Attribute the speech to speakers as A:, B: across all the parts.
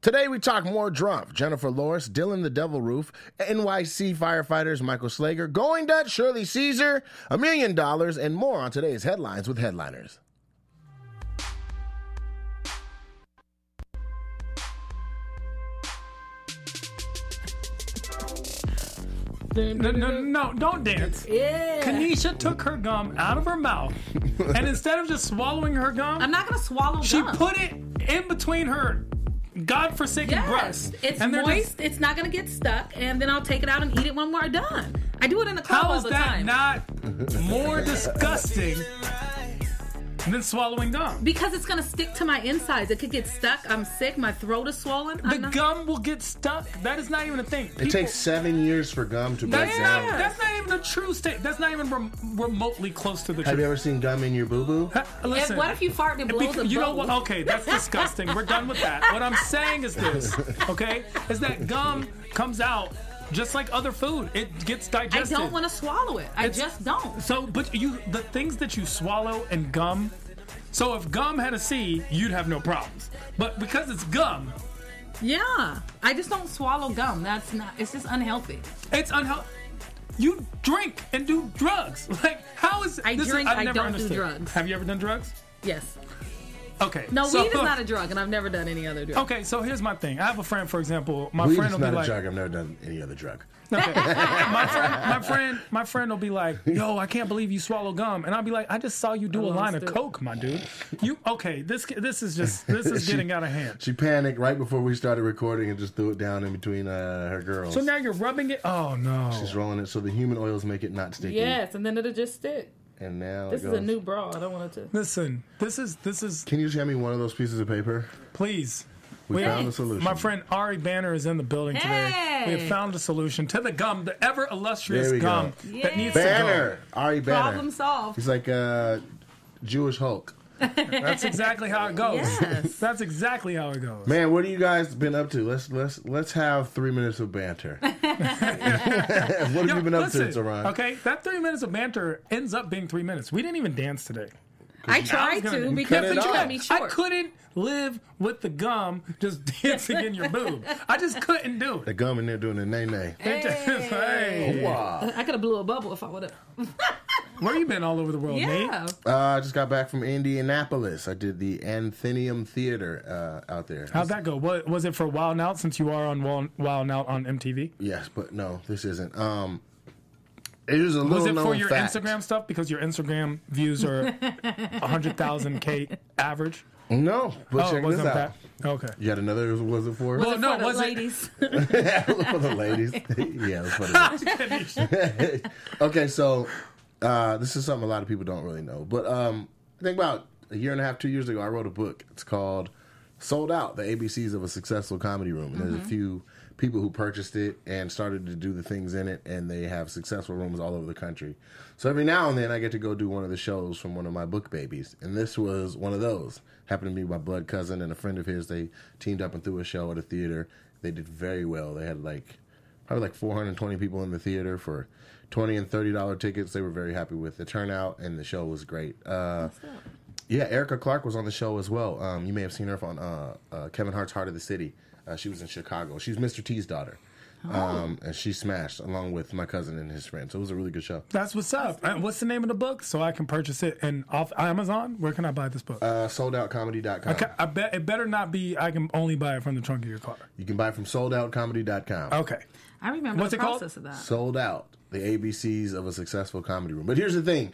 A: Today we talk more Drumpf, Jennifer Lawrence, Dylan the Devil Roof, NYC firefighters Michael Slager, Going Dutch, Shirley Caesar, a million dollars, and more on today's headlines with headliners.
B: No, no, no, don't dance.
C: Yeah.
B: Kanisha took her gum out of her mouth, and instead of just swallowing her gum,
C: I'm not gonna swallow
B: she
C: gum.
B: put it in between her godforsaken
C: yes.
B: breasts.
C: It's
B: and they're
C: moist.
B: just-
C: It's not gonna get stuck, and then I'll take it out and eat it when we're done. I do it in the club
B: how
C: all
B: is
C: the
B: that
C: time.
B: not more disgusting than swallowing gum?
C: because it's gonna stick to my insides. It could get stuck. I'm sick. My throat is swollen.
B: The
C: I'm not-
B: gum will get stuck. That is not even a thing.
D: It takes seven years for gum to break
B: That's
D: down.
B: not, that's not even the true state. That's not even rem- remotely close to the
D: Have you
B: truth.
D: ever seen gum in your boo boo?
B: Ha- Listen,
C: And what if you fart and it
B: It
C: blows
B: bec-
C: a
B: you know
C: bubble?
B: what? Okay, that's disgusting. We're done with that. What I'm saying is this, okay? Is that gum comes out just like other food. It gets
C: I
B: digested.
C: don't want to swallow it. I
B: It's-
C: just don't.
B: So, but you the things that you swallow and gum. So if gum had a C, you'd have no problems. But because it's gum,
C: Yeah, I just don't swallow gum. That's not. It's just unhealthy.
B: it's unhealthy. You drink and do drugs. Like how is
C: I
B: this is-
C: drink,
B: I've
C: I
B: never
C: don't do
B: understood.
C: drugs.
B: Have you ever done drugs?
C: Yes.
B: Okay.
C: No,
B: so-
C: weed is not a drug, and I've never done any other drug.
B: Okay, so here's my thing. I have a friend, for example. My
D: Weed
B: friend
D: is
B: will
D: not
B: be
D: a
B: like,
D: drug. I've never done any other drug.
B: Okay. my friend, my friend, my friend will be like, "Yo, I can't believe you swallow gum," and I'll be like, "I just saw you do a line of
C: stupid.
B: coke, my dude. You okay? This this is just this is
D: She-
B: getting out of hand.
D: She panicked right before we started recording and just threw it down in between uh, her girls.
B: So now you're rubbing it. Oh no,
D: she's rolling it so the human oils make it not sticky.
C: Yes, and then it'll just stick.
D: And now
C: This
D: it
C: is a
D: goes-
C: new bra. I don't want it to.
B: listen, this is this is
D: Can you just hand me one of those pieces of paper?
B: please.
D: We
B: We-
D: found a solution.
B: My friend Ari Banner is in the building today. We
C: Hey.
B: have found a solution to the gum, the ever illustrious
D: There we go.
B: gum
C: Yay.
B: that needs to
D: Banner, Ari Banner.
C: Problem solved.
D: He's like uh, Jewish Hulk.
B: go. That's exactly how it goes.
C: Yes.
B: That's exactly how it goes.
D: Man, what have you guys been up to? Let's let's let's have three minutes of banter. what have
B: Yo,
D: you been up
B: listen,
D: to, Teron?
B: Okay, that three minutes of banter ends up being three minutes. We didn't even dance today.
C: I
B: I was
C: tried to
B: gonna- You
D: cut
C: because
D: it
C: you
D: off.
C: cut me
B: I
C: short.
B: couldn't live with the gum just dancing in your boob. I just couldn't do
D: The
B: it.
D: gum in there doing the nay nay.
B: It just- hey.
D: Wow.
C: I could have blew a bubble if I would have.
B: Oh, Where you been all over the world,
C: Yeah.
B: Nate?
D: Uh, I just got back from Indianapolis. I did the Anthenium Theater uh, out there.
B: How'd that go? What, was it for Wild Out since you are on Wild, Wild Out on MTV?
D: Yes, but no, this isn't. Um, it is a little
B: Was it for
D: known
B: your
D: fact.
B: Instagram stuff because your Instagram views are 100,000K average?
D: No, but
B: oh, it
D: check this
B: wasn't
D: out.
B: that? Okay.
D: You got another? Was it for?
B: Well, no,
C: For the
B: was it?
C: ladies.
D: for the ladies. yeah, that's funny. okay, so uh, this is something a lot of people don't really know, but um, I think about a year and a half, two years ago, I wrote a book. It's called "Sold Out: The ABCs of a Successful Comedy Room." And there's a few people who purchased it and started to do the things in it, and they have successful rooms all over the country. So every now and then, I get to go do one of the shows from one of my book babies, and this was one of those. Happened to be my blood cousin and a friend of his. They teamed up and threw a show at a theater. They did very well. They had like probably like 420 people in the theater for 20 and 30 dollar tickets they were very happy with the turnout and the show was great uh, yeah erica clark was on the show as well um, you may have seen her on uh, uh, kevin hart's heart of the city uh, she was in chicago she's mr t's daughter
B: Oh.
D: um, and she smashed along with my cousin and his friend so it was a really good show
B: That's what's up. Uh, What's the name of the book so I can purchase it? And off Amazon, where can I buy this book?
D: uh, soldoutcomedy.com
B: Ca- I bet it better not be. I can only buy it from the trunk of your car.
D: you can buy it from soldoutcomedy.com
B: Okay.
C: I remember
B: What's
C: the
B: it called?
C: process of that.
D: sold out the ABCs of a successful comedy room. But here's the thing.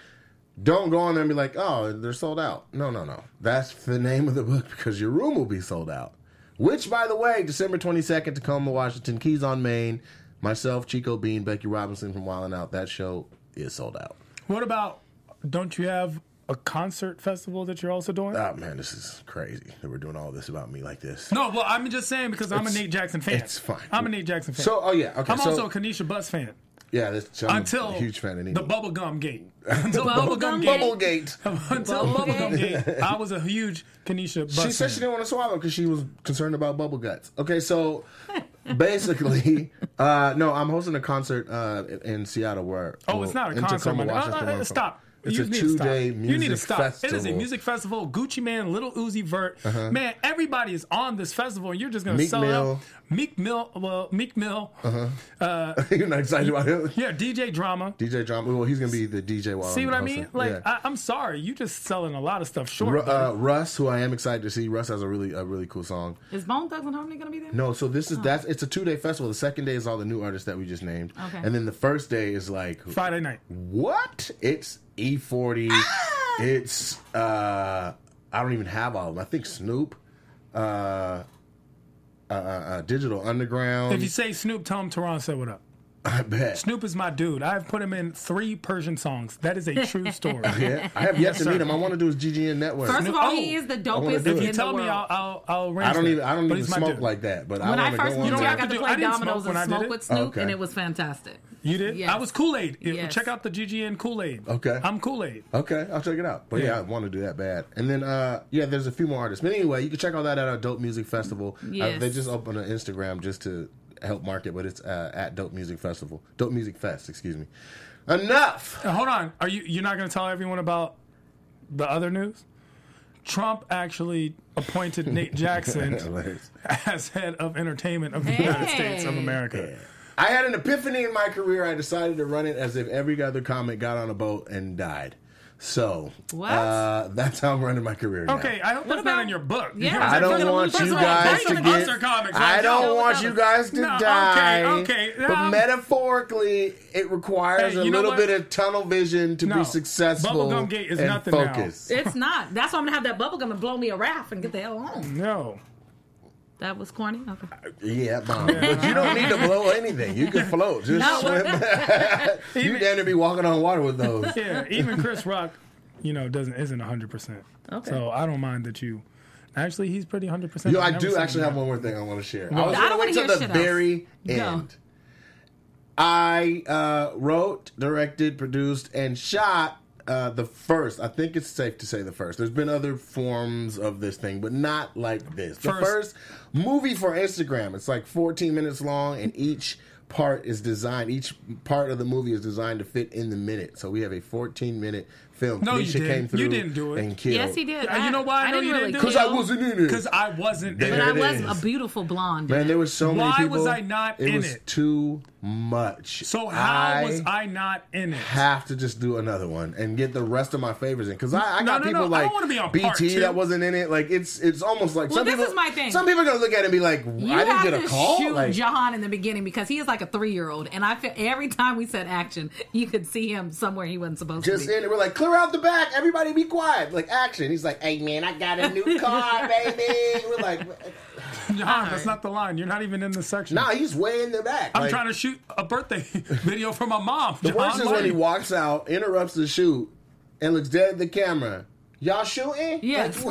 D: Don't go on there and be like, oh, they're sold out. No, no, no. That's the name of the book because your room will be sold out. Which, by the way, December 22nd, Tacoma, Washington, Keys on Maine, myself, Chico Bean, Becky Robinson from Wildin' Out. That show is sold out.
B: What about? Don't you have a concert festival that you're also doing?
D: Oh, man, this is crazy that we're doing all this about me like this.
B: no. Well, I'm just saying because I'm a Nate Jackson fan.
D: it's fine.
B: I'm a Nate Jackson fan.
D: So, oh, yeah. Okay.
B: I'm
D: so,
B: also a Kanisha Bus fan
D: yeah, this, I'm
B: until
D: a huge fan of
B: the
D: Nina.
B: Bubblegum Gate. Until
C: Bubblegum
B: Bubblegum
C: Gate.
B: Gate.
D: Bubblegate.
B: Until Bubblegum Gate, I was a huge Kanisha Bus
D: She said she
B: fan.
D: didn't want to swallow because she was concerned about bubble guts. Okay, so basically, uh, no, I'm hosting a concert uh, in Seattle where.
B: Oh, it's not a concert. My, uh, uh, stop.
D: It's
B: you
D: a
B: need to
D: two
B: stop.
D: day music
B: You need to stop.
D: festival. Uh-huh.
B: It is a music festival. Gucci Man, Little Uzi Vert, man, everybody is on this festival, and you're just gonna
D: Meek
B: sell
D: Mill. Uh-huh.
B: out. Meek Mill, well, Meek Mill,
D: You're not excited about him.
B: yeah, DJ Drama.
D: DJ Drama. Well, he's gonna be the DJ while
B: See
D: I'm
B: what I
D: hosting.
B: mean? Like,
D: Yeah.
B: I, I'm sorry, you just selling a lot of stuff short.
D: Ru-
B: buddy.
D: uh, Russ, who I am excited to see. Russ has a really a really cool song.
C: Is Bone Thugs and Harmony gonna be there?
D: No, so this is that's it's a two day festival. The second day is all the new artists that we just named,
C: Okay.
D: and then the first day is like
B: Friday night.
D: what? It's E40.
C: Ah!
D: It's uh, I don't even have all of them. I think Snoop, uh, uh, uh, uh Digital Underground.
B: If you say Snoop, tell him Teron said what up.
D: I bet.
B: Snoop is my dude. I've put him in three Persian songs. That is a true story.
D: Yeah, I have yet to
B: sir.
D: meet him. I want to do his GGN network.
C: First
B: No.
C: of all,
B: Oh,
C: he is the
D: wanna
C: dopest
D: do
C: in
D: it.
B: If you
C: the
B: tell
C: world.
B: me, I'll I'll, I'll arrange
D: I don't
B: that.
D: even I don't
B: But
D: even
B: he's my
D: smoke
B: dude.
D: like that. But
C: when
D: I,
C: I
D: wanna
C: first
D: go
C: moved
D: on
C: here,
B: don't
C: I
B: have
C: got
B: to
C: to
B: do-
C: play
B: I didn't smoke
C: dominoes
B: when I
C: and
B: did
C: smoke
B: it.
C: with Snoop,
D: Okay.
C: and it was fantastic.
B: You did?
C: Yes.
B: I was Kool Aid.
C: Yes.
B: Check out the GGN Kool Aid.
D: Okay.
B: I'm Kool Aid.
D: Okay, I'll check it out. But yeah,
B: Yeah.
D: I want to do that bad. And then uh yeah, there's a few more artists. But anyway, you can check all that out at Dope Music Festival. Uh,
C: Yes.
D: they just opened an Instagram just to help market, but it's uh, at Dope Music Festival. Dope Music Fest, excuse me. Enough.
B: Uh, Hold on. Are you you're not going to tell everyone about the other news? Trump actually appointed Nate Jackson as head of entertainment of the United
C: Hey.
B: States of America.
D: I had an epiphany in my career. I decided to run it as if every other comic got on a boat and died. So
C: What?
D: Uh, that's how I'm running my career. now.
B: Okay, I hope that's not
C: about-
B: in your book.
C: Yeah.
B: You're
D: I
B: like,
D: don't
C: First of all,
D: want
C: first
D: you
C: of all,
D: guys
C: both
D: to
C: of
D: get.
B: us are comics,
D: I
B: right?
D: don't
C: No,
D: want
C: no.
D: you guys to
B: No, okay,
D: die.
B: okay.
D: But
B: Um,
D: metaphorically, it requires
B: Hey,
D: a
B: you know
D: little
B: what?
D: bit of tunnel vision to
B: No.
D: be successful.
B: Bubblegum Gate is
D: and
B: nothing now.
D: focus.
C: It's not. That's why I'm gonna have that bubble gum and blow me a raft and get the hell on.
B: No.
C: That was corny. Okay.
D: Yeah, mom. But you don't need to blow anything. You can float. Just
C: No,
D: swim. you
B: Even-
D: damn to be walking on water with those.
B: Yeah, even Chris Rock, you know, doesn't isn't 100%.
C: Okay.
B: So I don't mind that you Actually, he's pretty 100%.
D: Yo,
B: I've
D: I
B: never
D: do
B: seen
D: actually
B: him
D: have one more thing I want to share. I
B: Well,
D: was
B: I
D: going to
C: don't
D: wait till
C: wanna
D: the
C: hear shit else.
D: very end.
C: Go.
D: I uh, wrote, directed, produced, and shot uh, the first. I think it's safe to say the first. There's been other forms of this thing, but not like this. The
B: First-
D: first movie for Instagram. It's like 14 minutes long, and each part is designed. Each part of the movie is designed to fit in the minute. So we have a 14 minute film.
B: No, you
D: Nisha
B: didn't.
D: came through.
B: You didn't do it.
D: And killed.
C: Yes, he did.
B: Uh, you know why I
C: I
B: know
C: didn't
B: you
C: really
B: didn't do it?
D: Because I wasn't in it.
B: Because I wasn't
D: There
C: But
B: there.
C: I
D: it
C: was
D: is.
C: a beautiful blonde.
D: Man, there was so many
B: Why
D: people.
B: was I not
D: it
B: in
D: was
B: it?
D: Too much.
B: So how was I not in it?
D: Have to just do another one and get the rest of my favorites in because I, I
B: No,
D: got
B: no,
D: people
B: no, I
D: like
B: don't wanna be on part
D: BT
B: two.
D: that wasn't in it. Like it's it's almost like
C: Well,
D: some
C: this
D: people.
C: is my thing.
D: Some people are gonna look at it and be like,
C: You
D: I didn't
C: have
D: get a
C: to
D: call.
C: shoot
D: Like,
C: Jahan in the beginning because he is like a three year old, and I feel every time we said action, you could see him somewhere he wasn't supposed
D: just
C: to be.
D: in it, we're like, clear out the back, everybody be quiet. Like action. He's like, hey man, I got a new car, baby. We're like,
B: Nah, that's not the line. You're not even in the section.
D: nah, he's way in the back.
B: I'm trying to shoot a birthday video for my mom.
D: The worst is when he walks out, interrupts the shoot, and looks dead at the camera. Y'all shooting?
C: Yes.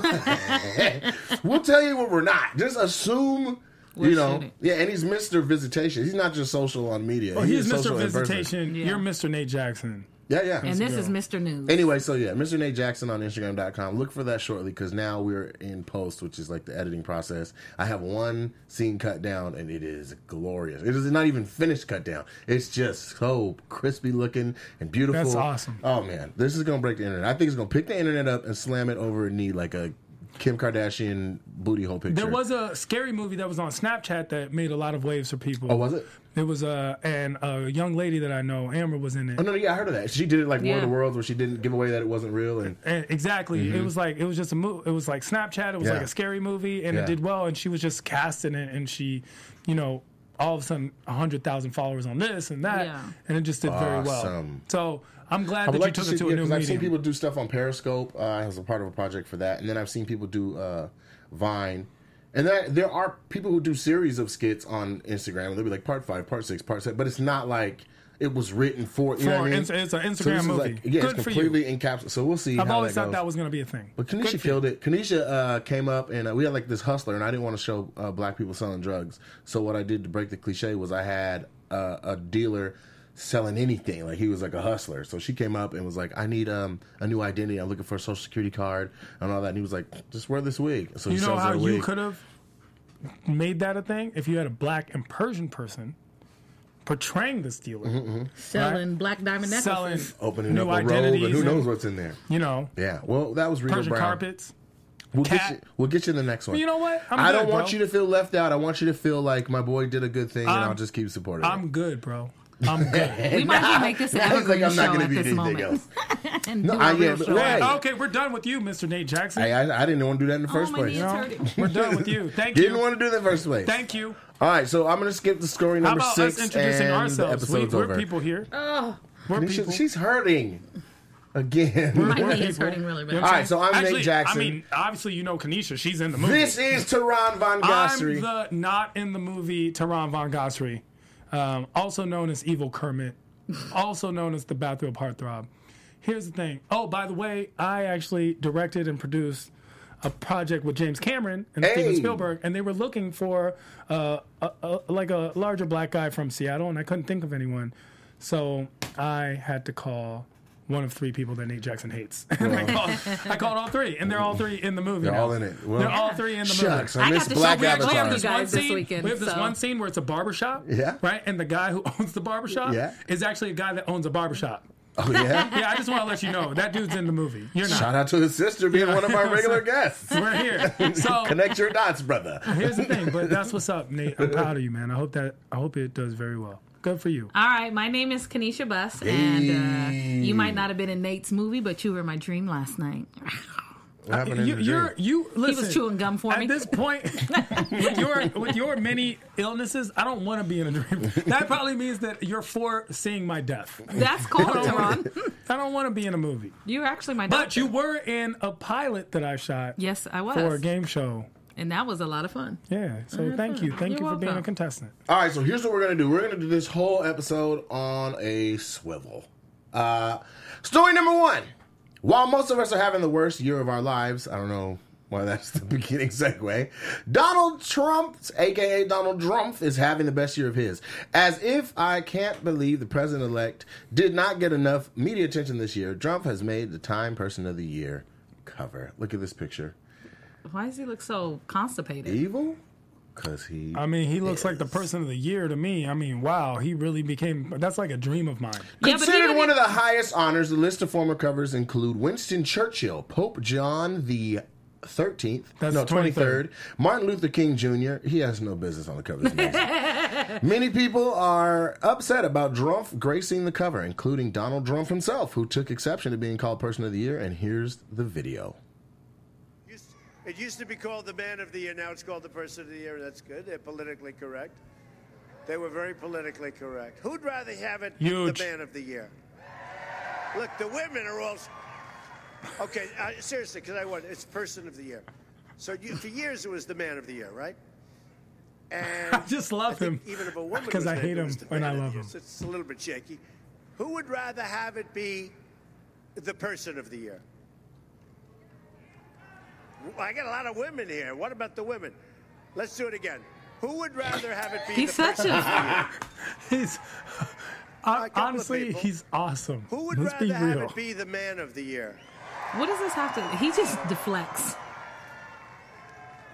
D: we'll tell you what we're not. Just assume.
C: We're
D: you know,
C: shooting.
D: yeah, and he's Mr. Visitation. He's not just social on media.
B: Well, Oh, he's
D: is
B: Mr.
D: social in person.
B: Visitation.
C: Yeah.
B: You're Mr. Nate Jackson.
D: Yeah, yeah.
C: and this is Mr. News.
D: Anyway, so yeah, Mr. Nate Jackson on Instagram.com. Look for that shortly because now we're in post, which is like the editing process. I have one scene cut down and it is glorious. It is not even finished cut down. It's just so crispy looking and beautiful.
B: That's awesome.
D: Oh man, this is gonna break the internet. I think it's gonna pick the internet up and slam it over a knee like a Kim Kardashian booty hole picture.
B: There was a scary movie that was on Snapchat that made a lot of waves for people.
D: Oh, was it?
B: It was uh, and a young lady that I know, Amber, was in it.
D: Oh no, yeah, I heard of that. She did it like War of
C: Yeah.
D: the Worlds where she didn't give away that it wasn't real and
B: And exactly. It was like it was just a movie. It was like Snapchat. It
D: Mm-hmm.
B: was
D: Yeah.
B: like a scary movie, and
D: Yeah.
B: it did well. And she was just cast in it, and she, you know, all of a sudden, hundred thousand followers on this and that,
C: Yeah.
B: and it just did very well.
D: Awesome.
B: So I'm glad
D: I would
B: that
D: like
B: you
D: to
B: took
D: see,
B: it to
D: yeah,
B: a new
D: 'cause I've seen
B: medium.
D: people do stuff on Periscope uh, as a part of a project for that, and then I've seen people do uh, Vine, and that, there are people who do series of skits on Instagram. and They'll be like part five, part six, part seven, but it's not like it was written for. You know
B: For
D: what I mean?
B: ins- it's an
D: So this
B: Instagram
D: is
B: movie.
D: Like, yeah,
B: Good
D: it's
B: for you.
D: completely encapsulated. So we'll see.
B: I've
D: how
B: always
D: that
B: thought
D: goes.
B: that was going to be a thing.
D: But Kanisha killed it. Kanisha uh, came up and uh, we had like this hustler, and I didn't want to show uh, black people selling drugs. So what I did to break the cliche was I had uh, a dealer selling anything. Like he was like a hustler. So she came up and was like, "I need um, a new identity. I'm looking for a social security card and all that." And he was like, "Just wear this wig." So he
B: You know
D: sells her
B: how
D: a
B: you
D: wig.
B: could have made that a thing if you had a black and Persian person portraying this dealer,
C: selling black diamond necklaces.
B: selling
D: Mm-hmm, Opening up
B: new
D: a road, and
B: identities,
D: who knows
B: and,
D: what's in there?
B: you know,
D: Yeah. Well, that was Rita
B: Persian
D: Brown.
B: carpets.
D: We'll
B: cat.
D: get you. We'll get you the next one.
B: You know what? I'm
D: I'm I do
B: good,
D: not want
B: bro.
D: you to feel left out. I want you to feel like my boy did a good thing, and I'll just keep supporting. him.
B: I'm good, bro. I'm good.
C: We might as well make this an
D: I was like,
C: evergreen
D: I'm not
C: show
D: going to
C: at
D: be
C: this
D: anything
C: moment.
D: else.
C: And
D: No,
C: do
D: I
C: a real
D: am-
C: show.
D: right.
B: okay, we're done with you, Mr. Nate Jackson.
D: Hey, I, I didn't want to do that in the
C: Oh,
D: first
C: my
D: place.
C: knee's
B: No,
C: hurting.
B: we're done with you. Thank
D: Didn't
B: you.
D: want to do it in the first place.
B: Thank you.
D: All right, so I'm going to skip the story
B: How
D: number
B: about
D: six
B: us introducing
D: and
B: ourselves?
D: the
B: We,
D: episode's
B: we're
D: over.
B: people here. We're
D: Nisha-
B: people.
D: she's hurting again.
B: We're
C: My knee is
B: people.
C: hurting really
B: You
C: bad.
B: know what
D: All right, so I'm Nate
B: Actually,
D: Jackson.
B: I mean, obviously you know Kanisha. She's in the movie.
D: this is Teron Von
B: I'm
D: Gossery.
B: the not in the movie Tehran Von Gossery, um, also known as Evil Kermit, also known as the bathrobe heartthrob. Here's the thing. Oh, by the way, I actually directed and produced a project with James Cameron and Steven
D: Hey.
B: Spielberg, and they were looking for uh, a, a, like a larger black guy from Seattle, and I couldn't think of anyone, so I had to call. One of three people that Nate Jackson hates. And I, called, I called all three, and they're all three in the movie.
D: They're
B: now.
D: all in it. Well,
B: they're all three in the movie.
D: Shucks, I
C: I got
D: missed
C: to
D: Black
C: show you actually
D: Avatar.
C: have to guys this weekend,
B: We have this
C: so-
B: one scene where it's a barbershop.
D: Yeah.
B: Right? And the guy who owns the barbershop
D: Yeah.
B: is actually a guy that owns a barbershop.
D: Oh yeah.
B: Yeah, I just want to let you know that dude's in the movie. You're not.
D: Shout out to his sister being one of our regular guests.
B: We're here. So
D: Connect your dots, brother.
B: here's the thing, but that's what's up, Nate. I'm proud of you, man. I hope that I hope it does very well. Good for you.
C: All right, my name is Kanisha Bus, and uh, you might not have been in Nate's movie, but you were in my dream last night.
D: What happened in
B: You,
D: the dream?
B: you're you listen.
C: chewing gum for
B: at
C: me.
B: At this point, with your with your many illnesses, I don't want to be in a dream. That probably means that you're foreseeing my death.
C: That's called
B: I don't wanna-
C: Teron.
B: I don't want to be in a movie.
C: You were actually my
B: But
C: doctor.
B: you were in a pilot that I shot
C: yes, I was,
B: for a game show.
C: and that was a lot of fun.
B: Yeah. So thank you. Thank
C: Uh-huh. You're
B: you for being a
C: welcome.
B: contestant.
D: All right, so here's what we're gonna do. We're gonna do this whole episode on a swivel. Uh, story number one. While most of us are having the worst year of our lives, I don't know why that's the beginning segue. Donald Trump, aka Donald Trump, is having the best year of his. As if I can't believe the president elect did not get enough media attention this year. Trump has made the Time Person of the Year cover. Look at this picture.
C: Why does he look so constipated?
D: Evil, because he.
B: I mean, he looks like the person of the year to me. I mean, wow, he really became. That's like a dream of mine.
C: yeah, but
D: Considered
C: even
D: one
C: if-
D: of the highest honors, the list of former covers include Winston Churchill, Pope John the 13th,
B: That's
D: no,
B: the 23rd.
D: 23rd, Martin Luther King Jr. He has no business on the cover. It's amazing. Many people are upset about Drumpf gracing the cover, including Donald Drumpf himself, who took exception to being called Person of the Year. And here's the video.
E: Used- It used to be called the man of the year. Now it's called the person of the year. That's good. They're politically correct. They were very politically correct. Who'd rather have it
B: Huge.
E: the man of the year? Look, the women are all. s- Okay, uh, seriously, because I want it's person of the year. So you, for years it was the man of the year, right? And
B: I just love him
E: think even if a woman
B: because
E: was
B: I
E: named,
B: hate
E: it
B: him
E: was the
B: and I
E: man of the
B: love
E: year.
B: him.
E: So it's a little bit shaky. Who would rather have it be the person of the year? Well, I got a lot of women here. What about the women? Let's do it again. Who would rather have it be
C: he's
E: the
C: such
E: person?
C: a
B: He's I,
E: couple of
B: honestly,
E: people.
B: he's awesome.
E: Who would
B: Let's
E: rather
B: be
E: have
B: real.
E: it be the man of the year?
C: what does this have to? He just deflects.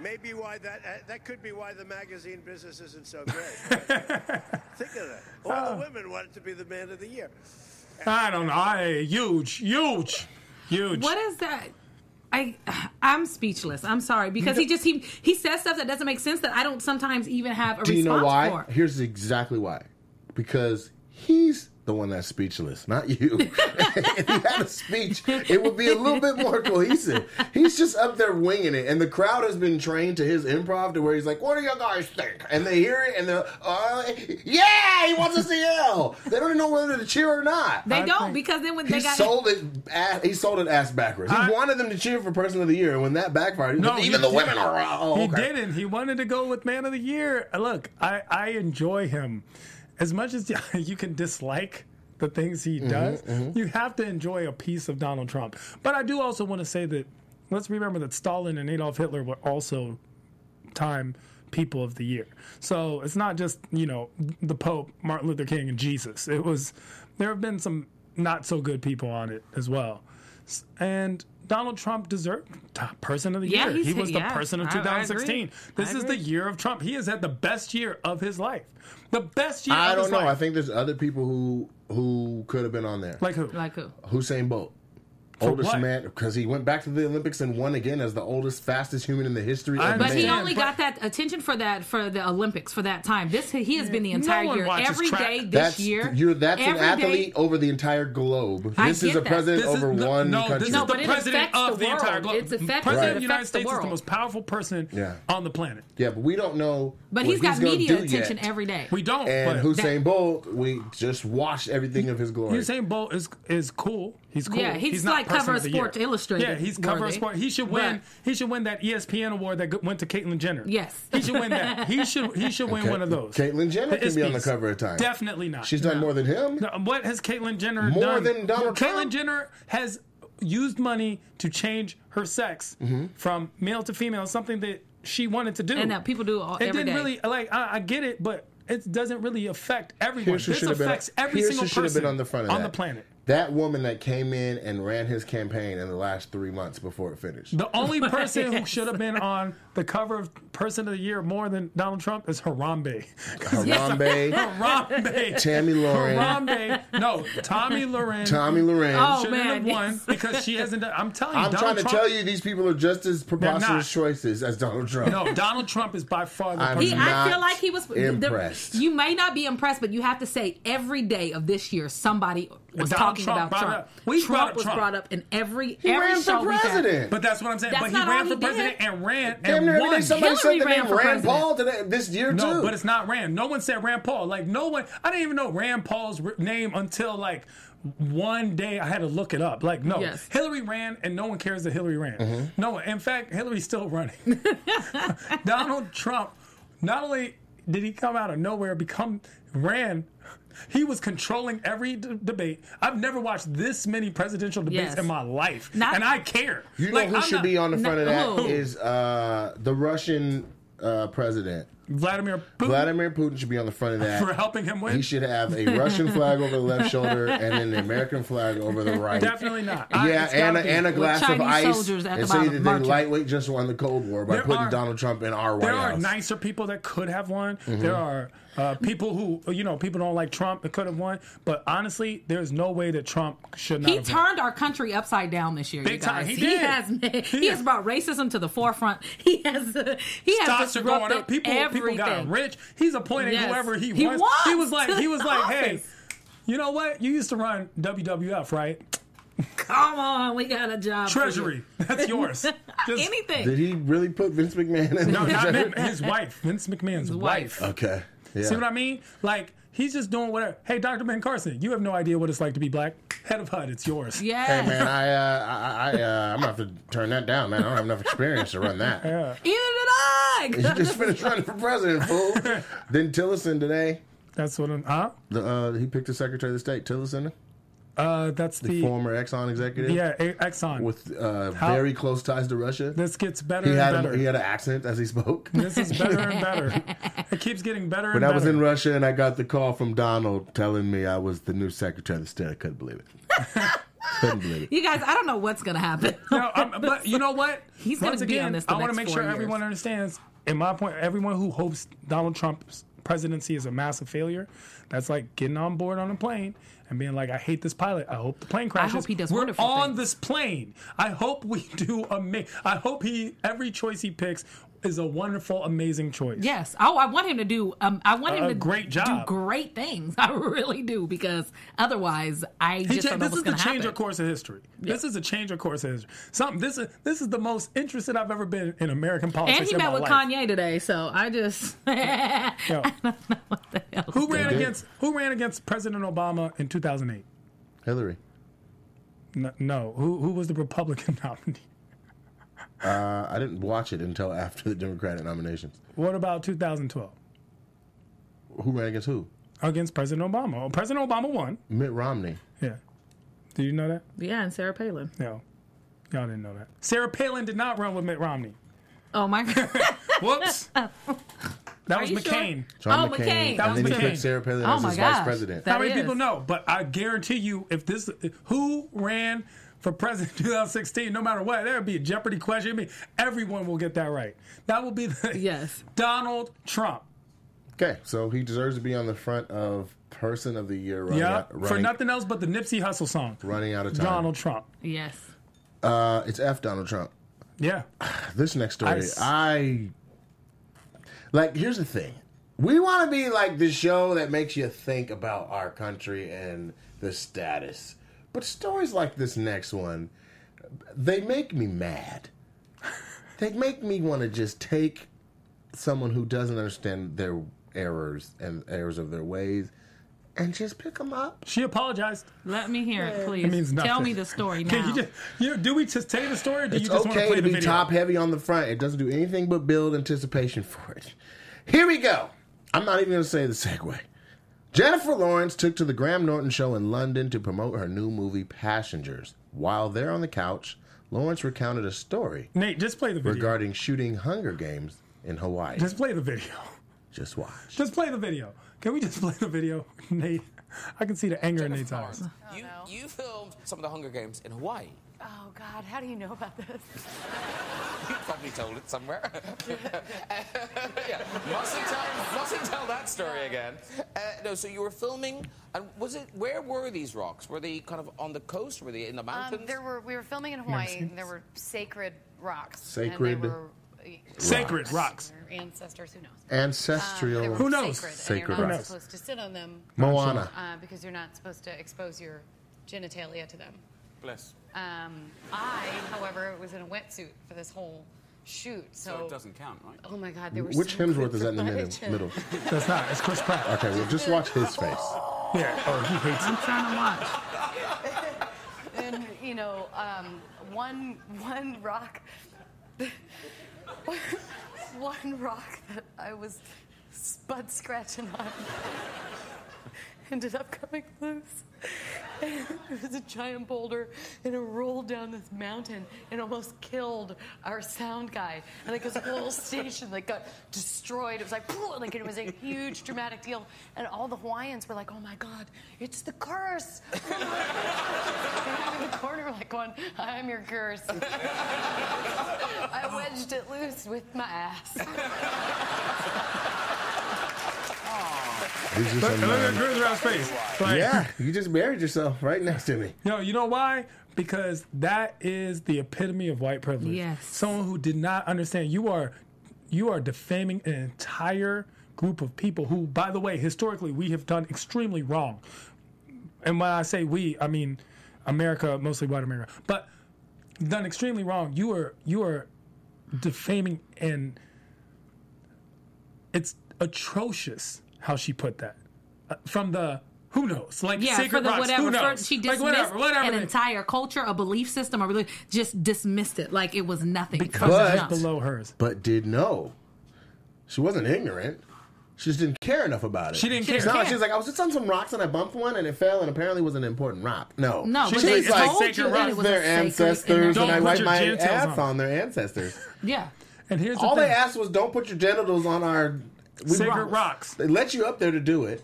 E: Maybe why that uh, that could be why the magazine business isn't so great. Think of that. All
B: Uh,
E: the women want it to be the man of the year.
B: I don't know. I huge, huge, huge.
C: What is that? I I'm speechless. I'm sorry because he just he he says stuff that doesn't make sense that I don't sometimes even have a
D: Do you
C: response
D: know why?
C: for.
D: Here's exactly why. Because he's the one that's speechless, not you. if he had a speech, it would be a little bit more cohesive. He's just up there winging it, and the crowd has been trained to his improv to where he's like, "What do you guys think?" And they hear it, and they're, uh, "Yeah, he wants a CL." They don't even know whether to cheer or not.
C: They
B: I
C: don't
B: think-
C: because then when
D: He
C: they got
D: sold it. Ass, he sold it ass backwards. He
B: I-
D: wanted them to cheer for Person of the Year, and when that backfired, he was
B: No,
D: like,
B: he
D: even the
B: did-
D: women are. Oh,
B: He
D: okay.
B: didn't. He wanted to go with Man of the Year. Uh, Look, I, I enjoy him. As much as you can dislike the things
D: Mm-hmm,
B: he does, you have to enjoy a piece of Donald Trump. But I do also want to say that let's remember that Stalin and Adolf Hitler were also time people of the year. So it's not just, you know, the Pope, Martin Luther King, and Jesus. It was, there have been some not so good people on it as well. S- And Donald Trump deserved top person of the
C: Yeah,
B: year.
C: he's
B: He
C: hit-
B: was the
C: yeah,
B: person of
C: I- I agree.
B: 2016. this
C: I
B: is the
C: agree.
B: year of Trump. He has had the best year of his life. The best year
D: I
B: of
D: don't
B: his
D: know. I
B: life.
D: think there's other people who who could have been on there.
B: like who?
C: Like who?
D: Hussein Bolt. Oldest
B: what?
D: man, because he went back to the Olympics and won again as the oldest, fastest human in the history
B: I
D: of
C: But he
B: understand.
D: man.
C: only got that attention for that for the Olympics for that time. This he has been the entire
B: one
C: year,
B: watches
C: every
B: track.
C: day this
D: That's
C: year.
D: you're that's an
C: every day-
D: athlete over the entire globe.
C: I
D: This is
C: get
D: a
C: that.
D: president
B: This is
D: over
B: the-
D: one
B: no,
D: country.
B: This
C: No,
B: is the
C: but it
B: president
C: affects
B: of
C: the
B: the entire
C: world.
B: globe.
C: It's effective.
B: President
C: It
B: of the United
C: affects the
B: States is the
C: world.
B: most powerful person
D: Yeah.
B: on the planet.
D: yeah, but we don't know.
C: But
D: what
C: he's got
D: gonna
C: media
D: do
C: attention
D: yet.
C: every day.
B: We don't.
D: And
B: but
D: Hussein
C: that-
D: Bolt, we just washed everything of his glory.
B: Usain Bolt is is cool. He's cool.
C: Yeah, he's
B: not
C: like
B: person
C: cover
B: of the
C: Sports
B: year.
C: Illustrated
B: Yeah, he's cover
C: worthy.
B: sport. He should win.
C: Right.
B: He should win that E ESPN award that go- went to Caitlyn Jenner.
C: Yes.
B: he should win that. He should he should win
D: Okay.
B: one of those.
D: Caitlyn Jenner can be on the
B: ESPYs.
D: cover at times.
B: Definitely not.
D: She's done more than him.
B: No, what has Caitlyn Jenner
D: More
B: done?
D: than Donald
B: Caitlyn
D: Trump?
B: Jenner has used money to change her sex
D: Mm-hmm.
B: from male to female, something that she wanted to do.
C: And that people do all-
B: It
C: every
B: didn't
C: day.
B: really like. I, I get it, but it doesn't really affect everyone.
D: Here's who
B: this
D: should have been-
B: affects every
D: here's
B: single
D: who should have
B: person
D: been on the front of that.
B: planet.
D: That woman that came in and ran his campaign in the last three months before it finished.
B: The only person who should have been on the cover of Person of the Year more than Donald Trump is Harambe.
D: Harambe,
B: Harambe.
D: Tammy Lauren,
B: Harambe. No, Tommy Loren.
D: Tommy Loren.
C: Oh,
B: Shouldn't have
C: man.
B: won because she hasn't done. I'm telling you,
D: I'm
B: Donald
D: trying to
B: Trump,
D: tell you, these people are just as
B: not.
D: preposterous choices as Donald Trump.
B: No, Donald Trump is by far the
D: I'm
B: person.
C: He, I feel
D: not
C: like he was the-
D: impressed.
C: you may not be impressed, but you have to say every day of this year somebody was
B: Donald
C: talking
B: Trump
C: about
B: brought
C: Trump.
B: up- we
C: Trump
B: brought up
C: was
B: Trump.
C: brought up in every
D: he
C: every
D: ran
C: show
D: for
C: we had.
D: president.
B: But that's what I'm saying.
C: That's
B: but he
C: not all
B: ran
C: he
B: for president
C: did.
B: and ran
D: Damn
B: and
D: near every
B: won.
D: day somebody
C: Hillary
D: said the
C: ran
D: name
C: for
D: Rand
C: president.
D: Paul today, this year
B: No,
D: too.
B: but it's not Rand. No one said Rand Paul. Like no one. I didn't even know Rand Paul's r- name until like one day I had to look it up. Like no,
C: Yes.
B: Hillary ran, and no one cares that Hillary ran.
D: Mm-hmm.
B: No one. In fact, Hillary's still running. Donald Trump. Not only did he come out of nowhere, become ran. He was controlling every d- debate. I've never watched this many presidential debates
C: Yes.
B: in my life,
C: Not-
B: and I care.
D: you know who
B: I'm
D: should
B: not-
D: be on the
C: no,
D: front of that
C: who?
D: is uh, the Russian uh, president.
B: Vladimir Putin
D: Vladimir Putin should be on the front of that.
B: for helping him win.
D: He should have a Russian flag over the left shoulder and then the American flag over the right.
B: Definitely not. I-
D: Yeah,
B: it's gotta
D: and a,
B: be.
D: and a glass of
C: Chinese
D: ice.
C: soldiers at
D: And
C: the
D: say
C: bottom,
D: that they
C: marching.
D: lightweight just won the Cold War by
B: There
D: putting
B: are-
D: Donald Trump in our White
B: There are
D: House. Mm-hmm.
B: nicer people that could have won. There are uh, people who, you know, people don't like Trump that could have won. But honestly, there's no way that Trump should not
C: He
B: have won.
C: turned our country upside down this year, you
B: Big time.
C: guys.
B: He did.
C: has he
B: Yeah.
C: has brought racism to the forefront. He has uh, he has
B: Stocks are going
C: disrupted
B: up. People, people
C: everything.
B: got rich. He's appointing
C: Yes.
B: whoever he,
C: He
B: wants.
C: wants
B: He was like,
C: to
B: he was
C: the
B: like, hey,
C: office.
B: you know what? You used to run WWF, right?
C: Come on, we got a job. for you.
B: Treasury. That's yours. Just-
C: Anything.
D: Did he really put Vince McMahon in
B: No,
D: the
B: not him. His wife, Vince McMahon's
C: wife.
B: wife.
D: Okay. Yeah.
B: See what I mean? Like he's just doing whatever. Hey, Dr. Ben Carson, you have no idea what it's like to be black. Head of HUD, it's yours.
C: Yes.
D: Hey man, I uh, I, I uh, I'm gonna have to turn that down, man. I don't have enough experience to run that.
C: Either did
D: You
C: I.
D: just finished running for president, fool. then Tillerson today,
B: That's what I'm. Huh?
D: the, uh, he picked the Secretary of State, Tillerson,
B: Uh, that's the,
D: former Exxon executive,
B: yeah A- Exxon.
D: with uh, very close ties to Russia.
B: this gets better
D: He
B: and
D: had
B: better.
D: he had an accent as he spoke.
B: This is better and better. It keeps getting better and
D: When I
B: better.
D: was in Russia and I got the call from Donald telling me I was the new Secretary of State, I couldn't believe it. couldn't believe it.
C: You guys, I don't know what's gonna happen.
B: No, I'm- but you know what?
C: He's gonna
B: Once
C: be
B: again,
C: on this the
B: I want
C: next
B: to make
C: four
B: sure
C: years.
B: everyone understands. In my point, everyone who hopes Donald Trump's presidency is a massive failure, that's like getting on board on a plane and being like, "I hate this pilot. I hope the plane crashes.
C: hope he does
B: We're
C: wonderful
B: on
C: things."
B: this plane. I hope we do amazing. I hope he every choice he picks is a wonderful, amazing choice.
C: Yes. Oh, I want him to do. Um, I want him
B: A
C: to
B: great job.
C: do great things. I really do because otherwise, I
B: He
C: just
B: cha-
C: don't know
B: this
C: what's
B: is the
C: going to
B: change
C: happen.
B: of course of history. This is a change of course of history. Something. This is this is the most interested I've ever been in American politics.
C: and he
B: in
C: met
B: my
C: with
B: life.
C: Kanye today, so I just I don't know what the hell.
B: Who ran against Who ran against President Obama in 2008?
D: Hillary.
B: No, no. Who Who was the Republican nominee?
D: Uh, I didn't watch it until after the Democratic nominations.
B: What about 2012?
D: Who ran against who?
B: Against President Obama. Oh, President Obama won.
D: Mitt Romney.
B: Yeah. Do you know that?
C: Yeah, and Sarah Palin.
B: No. Y'all didn't know that. Sarah Palin did not run with Mitt Romney.
C: Oh my God.
B: Whoops. that was
C: you sure?
B: McCain.
D: John
C: Oh,
D: McCain.
C: McCain.
B: That
D: and
B: was
D: then he
B: McCain.
D: picked Sarah Palin
C: Oh
D: as
C: my
D: his
C: gosh.
D: vice president.
C: That
B: How many
C: is.
B: people know? But I guarantee you, if this, who ran for president 2016, no matter what, there would be a Jeopardy question. I mean, everyone will get that right. That will be the
C: Yes.
B: Donald Trump.
D: Okay, so he deserves to be on the front of Person of the Year. Running
B: Yeah,
D: out,
B: for
D: running,
B: nothing else but the Nipsey Hustle song.
D: running out of time.
B: Donald Trump.
C: Yes.
D: Uh, it's F Donald Trump.
B: Yeah,
D: This next story, I,
B: I s-
D: like. Here's the thing: we want to be like the show that makes you think about our country and the status. But stories like this next one, they make me mad. They make me want to just take someone who doesn't understand their errors and errors of their ways, and just pick them up.
B: she apologized.
C: Let me hear it, please.
B: means
C: Tell
B: nothing.
C: me the story now.
B: Can you just, you, do we just tell you the story or do
D: It's
B: you just want to
D: okay
B: play
D: to
B: the
D: be
B: video?
D: top heavy on the front. It doesn't do anything but build anticipation for it. Here we go. I'm not even going to say the segue. Jennifer Lawrence took to the Graham Norton show in London to promote her new movie Passengers. While there on the couch, Lawrence recounted a story
B: Nate, just play the video.
D: regarding shooting Hunger Games in Hawaii.
B: just play the video.
D: Just watch.
B: Just play the video. Can we just play the video, Nate? I can see the anger in Nate's eyes.
F: You, you filmed some of the Hunger Games in Hawaii.
G: Oh, God, how do you know about this?
F: You probably told it somewhere. yeah, mustn't tell, mustn't tell that story again. Uh, no, so you were filming, and was it where were these rocks? Were they kind of on the coast? Were they in the mountains?
G: Um, there were we were filming in Hawaii,
B: seen
G: and there were sacred rocks.
D: Sacred
G: and they were,
B: Sacred rocks.
G: Our Ancestors, who knows?
D: Ancestral
G: They were
B: Who knows?
G: Sacred,
D: Sacred
G: and you're not
D: rocks.
G: supposed to sit on them
D: Moana.
G: uh, because you're not supposed to expose your genitalia to them.
F: Bless.
G: Um, I, however, was in a wetsuit for this whole shoot, so,
F: So it doesn't count, right?
G: Oh my God, they were.
D: Which
G: so
D: Hemsworth is that in the
G: good for
D: middle?
G: my
D: middle?
B: That's not. It's Chris Pratt.
D: Okay, well, just watch his face.
B: Yeah. Oh, he hates
C: I'm trying to watch.
G: and you know, um, one one rock, one rock that I was spud scratching on ended up coming loose. And it was a giant boulder, and it rolled down this mountain and almost killed our sound guy. And like his whole station, like got destroyed. It was like, "Pooh," like it was a huge dramatic deal. And all the Hawaiians were like, "Oh my God, it's the curse!" I'm in the corner like one, I'm your curse. I wedged it loose with my ass.
D: He's just
B: Look,
D: a
B: look at
D: man.
B: Chris Pratt's face. Like,
D: Yeah, you just married yourself right next to me.
B: No, you know why? Because that is the epitome of white privilege.
C: Yes.
B: Someone who did not understand. You are you are defaming an entire group of people who, by the way, historically we have done extremely wrong. And when I say we, I mean America, mostly white America. But done extremely wrong. You are you are defaming and it's atrocious how she put that. Uh, from the who knows, like
C: Yeah,
B: sacred
C: for the
B: rocks,
C: whatever.
B: who
C: for-
B: knows?
C: she
B: like
C: dismissed
B: whatever, whatever.
C: an
B: they-
C: entire culture, a belief system, a religion. Just dismissed it like it was nothing.
B: because
D: But-
B: it's just below hers.
D: but did know. She wasn't ignorant. She just didn't care enough about it.
B: She didn't
C: She didn't
B: care.
D: No,
C: care.
D: she's like, I was just on some rocks and I bumped one and it fell and apparently was an important rock. No.
C: No,
D: she
C: but
D: was
C: they
D: like,
C: told
B: sacred
C: you that it
B: rocks,
C: was
D: their
C: a sacred and
D: ancestors
C: everything.
D: and I
B: Don't
D: wiped
B: put
D: my
B: your genitals
D: ass
B: on.
D: on. their ancestors.
C: Yeah.
B: And here's the
D: All
B: thing:
D: they asked was, don't put your genitals on our. We
B: sacred
D: rock-
B: rocks,
D: They let you up there to do it.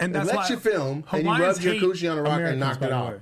B: and
D: They
B: that's
D: let
B: why
D: you film and you
B: Hawaiians
D: rubbed your
B: hate
D: coochie on a rock and
B: Americans,
D: knocked
B: by
D: it
B: the
D: off.
B: way.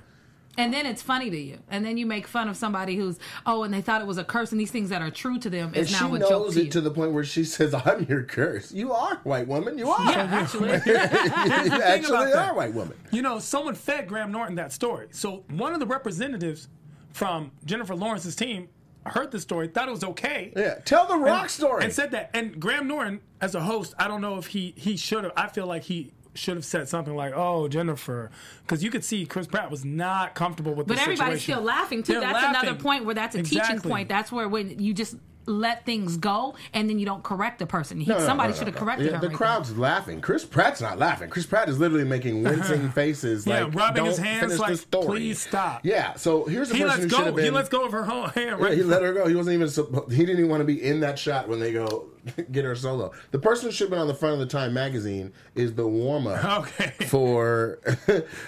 C: And then it's funny to you. And then you make fun of somebody who's, oh, and they thought it was a curse, and these things that are true to them
D: And
C: is
D: she
C: now a joke
D: knows
C: to
D: it
C: you.
D: to the point where she says, I'm your curse. You are, white woman. You are.
C: yeah, actually.
D: you actually
B: that.
D: are, white woman.
B: You know, someone fed Graham Norton that story. So one of the representatives from Jennifer Lawrence's team heard the story, thought it was okay.
D: Yeah. Tell the rock
B: and,
D: story.
B: and said that. And Graham Norton, as a host, I don't know if he he should have. I feel like he should have said something like, "Oh, Jennifer," because you could see Chris Pratt was not comfortable with.
C: But
B: the
C: everybody's
B: situation.
C: still laughing too.
B: They're
C: that's
B: laughing.
C: another point where that's a teaching
B: Exactly.
C: point. That's where when you just let things go and then you don't correct the person. He,
D: No, no,
C: somebody
D: no,
C: should have
D: no, no.
C: corrected
D: Yeah,
C: her.
D: The
C: right
D: crowd's laughing. Chris Pratt's not laughing. Chris Pratt is literally making wincing faces.
B: Yeah,
D: like,
B: rubbing his
D: "Don't
B: hands
D: finish
B: like,
D: the story."
B: "Please stop."
D: Yeah. So here's the
B: He
D: person
B: lets
D: who should
B: go.
D: have been.
B: He lets go of her whole hand. Right.
D: Yeah, he let her go. He wasn't even. supp- He didn't even want to be in that shot when they go get her solo. The person who should have been on the front of the Time magazine is the warm up
B: Okay.
D: for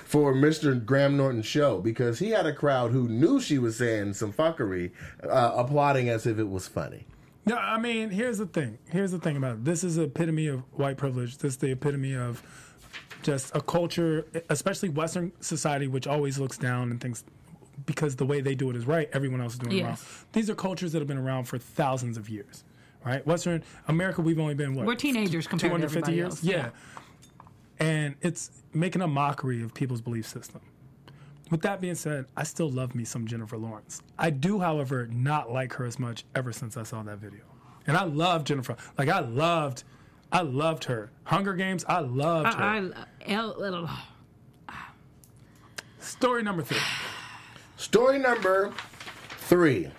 D: for Mr. Graham Norton's show because he had a crowd who knew she was saying some fuckery, uh, applauding as if it was funny.
B: No, I mean, here's the thing. Here's the thing about it. This is the epitome of white privilege. This is the epitome of just a culture, especially Western society, which always looks down and thinks because the way they do it is right, everyone else is doing it wrong.
C: Yes.
B: These are cultures that have been around for thousands of years, right? Western America, we've only been what
C: We're teenagers compared to everybody else.
B: yeah. And it's making a mockery of people's belief system. With that being said, I still love me some Jennifer Lawrence. I do, however, not like her as much ever since I saw that video. And I love Jennifer. Like I loved, I loved her. Hunger Games, I loved her.
C: I, I, L, L, L-
B: Story number three.
D: Story number three.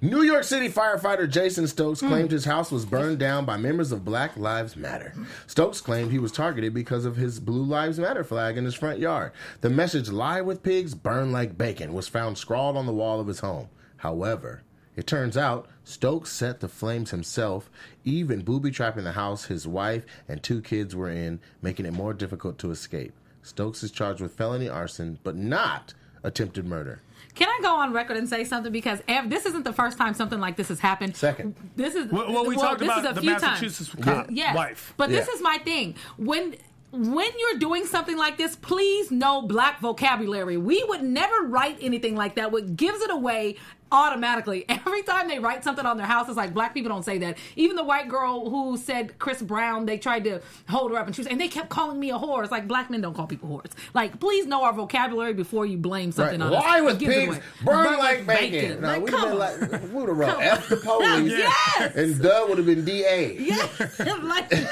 D: New York City firefighter Jason Stokes claimed his house was burned down by members of Black Lives Matter. Stokes claimed he was targeted because of his Blue Lives Matter flag in his front yard. The message, lie with pigs, burn like bacon, was found scrawled on the wall of his home. However, it turns out Stokes set the flames himself, even booby trapping the house his wife and two kids were in, making it more difficult to escape. Stokes is charged with felony arson, but not attempted murder.
C: Can I go on record and say something because ev- this isn't the first time something like this has happened.
D: Second.
C: this is
B: Well, well we
C: well,
B: talked
C: this is
B: about
C: a
B: the
C: few times.
B: Massachusetts cop
C: Yes,
B: wife.
C: but this
D: Yeah.
C: is my thing when. When you're doing something like this, please know black vocabulary. We would never write anything like that. What gives it away automatically. Every time they write something on their house, it's like black people don't say that. Even the white girl who said Chris Brown, they tried to hold her up and she was, and they kept calling me a whore. It's like black men don't call people whores. Like, please know our vocabulary before you blame something
D: Right.
C: on us.
D: Lie with
C: It gives it
D: pigs,
C: away.
D: burn, like bacon. No,
C: Like,
D: we'd
C: come
D: have been
C: on.
D: like, we would have wrote F the police,
C: Yes.
D: and Doug would have been DA
C: Yeah. like this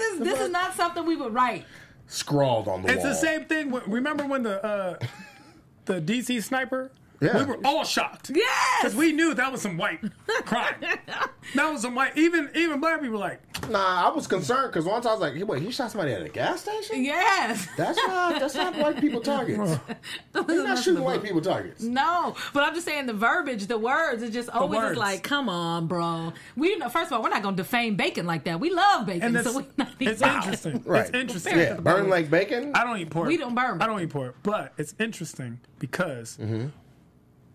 C: is this is not something we would write.
D: scrawled on the
B: It's
D: wall.
B: the same thing. when- Remember when the uh, the DC sniper?
D: Yeah.
B: We were all shocked.
C: Yes.
B: Because we knew that was some white crime. that was some white. Even even black people were like,
D: Nah, I was concerned because once I was like, wait, he shot somebody at a gas station?
C: Yes.
D: That's not that's not white people targets. They're not shooting white people targets.
C: No, but I'm just saying the verbiage, the words, it's just always just
B: words.
C: like, come on, bro. We didn't- first of all, we're not gonna defame bacon like that. We love bacon,
B: and that's
C: so we not
B: it's
C: even-
B: interesting.
D: Right.
B: It's interesting.
D: Yeah, burn like bacon.
B: I don't eat pork.
C: We don't burn.
B: I don't eat pork, but it's interesting because
D: Mm-hmm.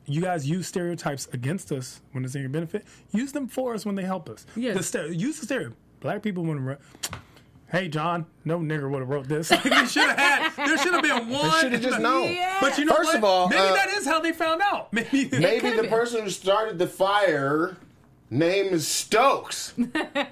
B: you guys use stereotypes against us when it's in your benefit. Use them for us when they help us.
C: Yes.
B: The stereo- use the stereo. Black people wouldn't. Re- hey, John, no nigger would have wrote this. Like, you should have had. There should have been one.
D: should have just known.
C: Yeah.
B: But you know
D: First
B: what?
D: of all,
B: maybe
D: uh,
B: that is how they found out. Maybe.
D: Maybe
C: could've
D: the
C: been.
D: person who started the fire name is Stokes.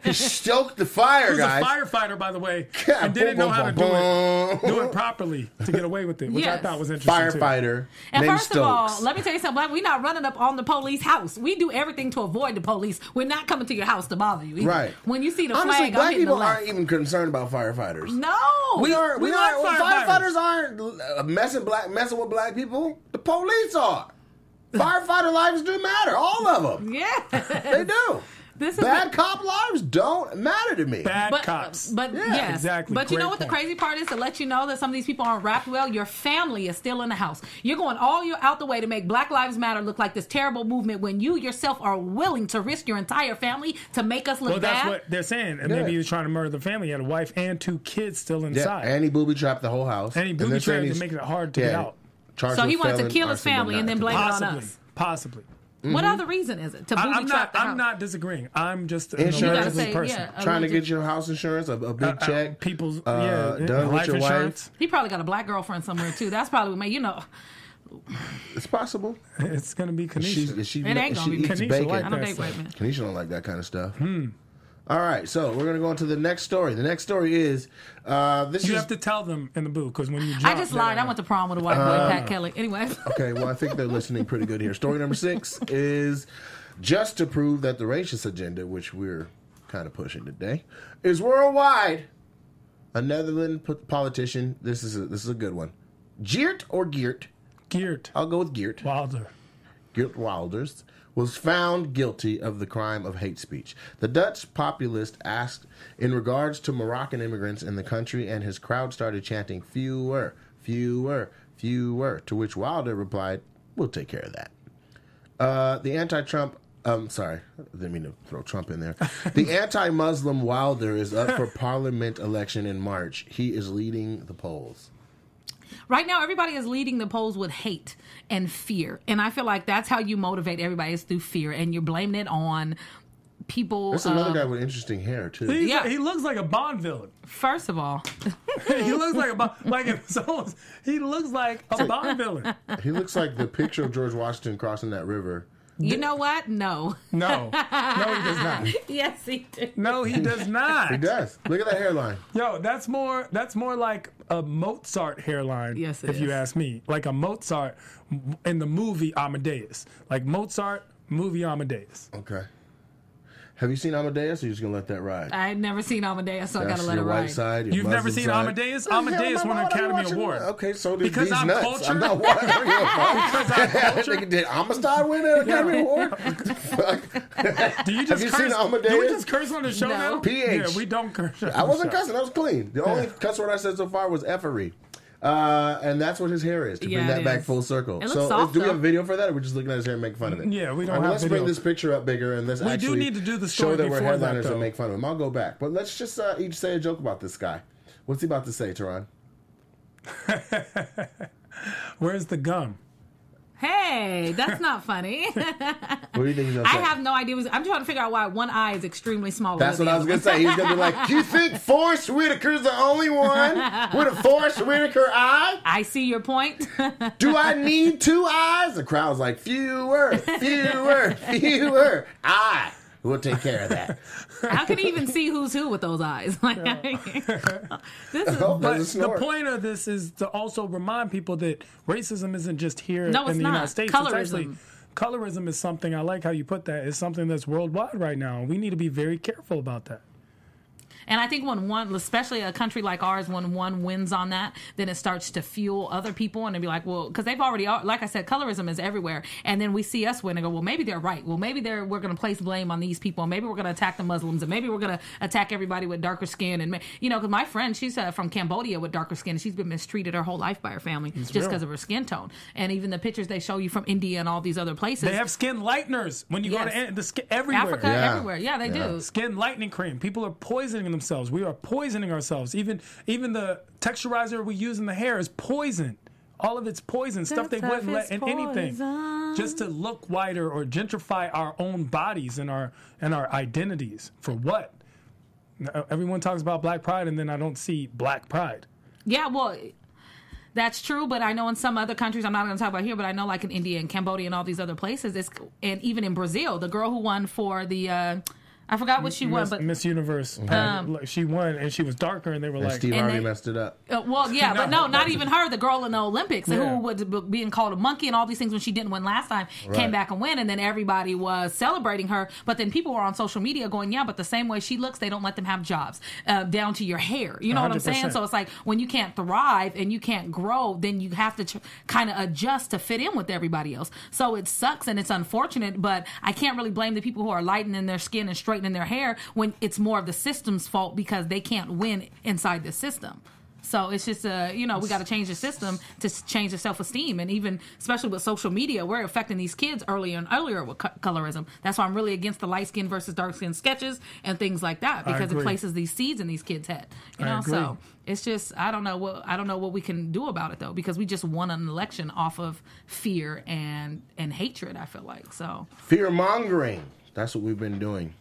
D: he stoked the fire,
B: He was
D: guys.
B: a firefighter, by the way,
D: Yeah,
B: and didn't
D: boom,
B: know how to
D: boom,
B: do it,
D: boom.
B: do it properly to get away with it, which I
C: Yes.
B: thought was interesting. too.
D: Firefighter
C: And
D: named
C: first
D: Stokes.
C: of all, let me tell you something, black. We're not running up on the police house. We do everything to avoid the police. We're not coming to your house to bother you. either.
D: Right.
C: When you see the
D: Honestly,
C: flag, I'm
D: black
C: hitting the
D: people
C: left.
D: aren't even concerned about firefighters.
C: no,
D: We aren't. We,
B: we
D: aren't.
B: like
D: firefighters.
B: firefighters.
D: aren't uh, messing black messing with black people. The police are. Firefighter lives do matter. All of them.
C: Yeah.
D: They do.
C: This is
D: Bad
C: a-
D: cop lives don't matter to me.
B: Bad
C: but,
B: cops.
C: But
D: Yeah.
C: yes,
B: Exactly.
C: But you
B: Great
C: know what the
B: point.
C: crazy part is? To let you know that some of these people aren't wrapped well, your family is still in the house. You're going all your out the way to make Black Lives Matter look like this terrible movement when you yourself are willing to risk your entire family to make us look
B: Well, that's
C: bad.
B: what they're saying. And
D: Yeah.
B: maybe he was trying to murder the family. He had a wife and two kids still
D: Yeah,
B: inside.
D: and he booby trapped the whole house.
B: And he
D: they're
B: booby
D: saying
B: trapped to
D: he's
B: make it hard to get out.
D: charged
C: So he
D: with
C: wanted to
D: felon
C: kill his
D: arson
C: family and then
D: maniacal.
C: blame it on
B: possibly.
C: us.
B: Possibly.
C: What other reason is it to
B: Mm-hmm. I,
C: booby
B: am
C: trap
B: not
C: the house?
B: I'm not disagreeing. I'm just an
D: Insurance. You gotta
B: illogical
D: say,
B: person.
C: yeah.
D: Trying to
C: Alleged-
D: get your house insurance, a, a big
B: uh,
D: check.
B: people's-
D: uh,
B: yeah,
D: done with
B: life
D: your
B: insurance.
C: He probably got a black girlfriend somewhere too. That's probably what made you know.
D: wife. It's possible.
B: It's going to be
D: She's,
B: Kanisha.
D: she,
C: It ain't
D: she
C: gonna be
D: eats
B: Kanisha
D: bacon.
B: like
C: I don't
B: that
C: date white
B: stuff.
C: men.
D: Kanisha don't like that kind of stuff.
B: Hmm.
D: All right, so we're gonna go on to the next story. The next story is uh, this
B: You
D: is
B: have to tell them in the booth because when you jump,
C: I just lied. I went to prom with a white boy,
B: Uh,
C: Pat Kelly. Anyway,
D: okay. Well, I think they're listening pretty good here. Story number six is just to prove that the racist agenda, which we're kind of pushing today, is worldwide. A Netherlands p- politician. This is a, this is a good one. Geert or Geert?
B: Geert
D: I'll go with Geert.
B: Wilder.
D: Geert Wilders, was found guilty of the crime of hate speech. The Dutch populist asked in regards to Moroccan immigrants in the country, and his crowd started chanting, fewer, fewer, fewer, to which Wilder replied, We'll take care of that. Uh, the anti Trump. Um, sorry, didn't mean to throw Trump in there. The anti-Muslim Wilder is up for parliament election in March. He is leading the polls.
C: right now everybody is leading the polls with hate and fear and i feel like that's how you motivate everybody is through fear and you're blaming it on people.
D: There's another
C: um,
D: guy with interesting hair too.
B: He,
C: Yeah.
B: he looks like a Bond villain.
C: First of all,
B: he looks like a Bond. Like if someone's, he looks like a Bond villain.
D: He looks like the picture of George Washington crossing that river.
C: you know what? No.
B: No, no, he does not.
C: yes, he did.
B: No, he does not.
D: He does. Look at that hairline.
B: Yo, that's more that's more like a Mozart hairline.
C: Yes, it
B: if you
C: is.
B: ask me, like a Mozart m- in the movie Amadeus, like Mozart movie Amadeus.
D: Okay. Have you seen Amadeus? Or you just gonna let that ride?
C: I had never seen Amadeus, so I gotta
D: That's
C: let it
D: your white
C: ride.
D: side. Your
B: You've never
D: Muslim
B: seen
D: side.
B: Amadeus?
D: Hell,
B: Amadeus
D: my
B: won an
D: God, I
B: Academy
D: watching-
B: Award.
D: Okay, so did
B: Because
D: these
B: I'm
D: nuts.
B: cultured?
D: I'm not watching. because
B: I'm
D: culture. did Amistad win an Academy Award?
B: Do you just
D: you
B: curse?
D: seen
B: Do we
D: Amadeus?
B: just curse on the show
C: No.
B: now?
D: PH.
B: Yeah, we don't curse. on
D: I
B: the
D: wasn't
B: show.
D: cussing. I was clean. The only cuss word I said so far was effery. Uh, and that's what his hair is to
C: Yeah,
D: bring
C: it
D: that back
C: is.
D: full circle.
C: It looks
D: so,
C: soft,
D: do we have
C: though.
D: a video for that, or we're just looking at his hair and making fun of it?
B: Yeah, we don't
D: All
B: have
D: Let's
B: video.
D: bring this picture up bigger, and let's
B: We do
D: actually
B: need to do the
D: show
B: story
D: that we're
B: before that,
D: headliners
B: though.
D: and make fun of him. I'll go back, but let's just uh, each say a joke about this guy. What's he about to say, Teron?
B: Where's the gum?
C: Hey, that's not funny.
D: What do you think he's gonna
C: I
D: say?
C: have no idea. I'm trying to figure out why one eye is extremely small.
D: That's
C: below
D: what
C: the
D: I was
C: other
D: gonna say. He's gonna be like, "You think Forrest Whitaker's the only one with a Forrest Whitaker eye?
C: one. I see your point.
D: Do I need two eyes?" The crowd's like, "Fewer, fewer, fewer." I will take care of that.
C: How can you even see who's who with those eyes? Like, this is
D: Oh,
B: But
D: there's a
B: the
D: snort.
B: point of this is to also remind people that racism isn't just here
C: No,
B: in
C: it's
B: the
C: not.
B: United States.
C: Colorism.
B: It's actually colorism is something I like how you put that. It's something that's worldwide right now. We need to be very careful about that.
C: And I think when one, especially a country like ours, when one wins on that, then it starts to fuel other people and they be like, well, because they've already, uh, like I said, colorism is everywhere. And then we see us win and go, well, maybe they're right. Well, maybe they're we're going to place blame on these people. Maybe we're going to attack the Muslims and maybe we're going to attack everybody with darker skin. And ma- you know, because my friend, she's uh, from Cambodia with darker skin. and She's been mistreated her whole life by her family just
B: real.
C: because of her skin tone. And even the pictures they show you from India and all these other places,
B: They have skin lighteners when you go to
C: Yes.
B: an- the skin, everywhere.
C: Africa
D: Yeah.
C: everywhere. Yeah, they do.
B: Skin lightening cream. People are poisoning themselves. We are poisoning ourselves. Even even the texturizer we use in the hair is poison. All of it's poison. Stuff they
G: Stuff
B: wouldn't let
G: is
B: in anything. Just to look whiter or gentrify our own bodies and our and our identities. For what? Now, Everyone talks about black pride and then I don't see black pride.
C: Yeah, well, that's true. But I know in some other countries, I'm not going to talk about here, but I know like in India and Cambodia and all these other places, it's and even in Brazil, the girl who won for the, uh, I forgot what she won,
B: Miss,
C: but
B: Miss Universe.
G: Mm-hmm.
B: uh, look, she won and she was darker and they were
D: And
B: like
D: Steve
C: And
D: Harvey
C: they-
D: messed it up.
C: Uh, well, yeah, but no,
B: No.
C: not even her. The girl in the Olympics
B: Yeah.
C: who was b- being called a monkey and all these things when she didn't win last time came
D: Right.
C: back and win, and then everybody was celebrating her. But then people were on social media going, "Yeah, but the same way she looks, they don't let them have jobs uh, down to your hair." You know what I'm saying?
B: 100%.
C: So it's like when you can't thrive and you can't grow, then you have to tr- kind of adjust to fit in with everybody else. So it sucks and it's unfortunate, but I can't really blame the people who are lightening their skin and straightening their hair when it's more of the system's fault because they can't win inside the system. So it's just uh, you know we got to change the system to s- change the self esteem and even especially with social media we're affecting these kids earlier and earlier with co- colorism. That's why I'm really against the light skin versus dark skin sketches and things like that because it
B: agree.
C: places these seeds in these kids' head. You
B: I
C: know,
B: agree.
C: so it's just I don't know what I don't know what we can do about it though because we just won an election off of fear and and hatred. I feel like so.
D: Fear mongering. That's what we've been doing.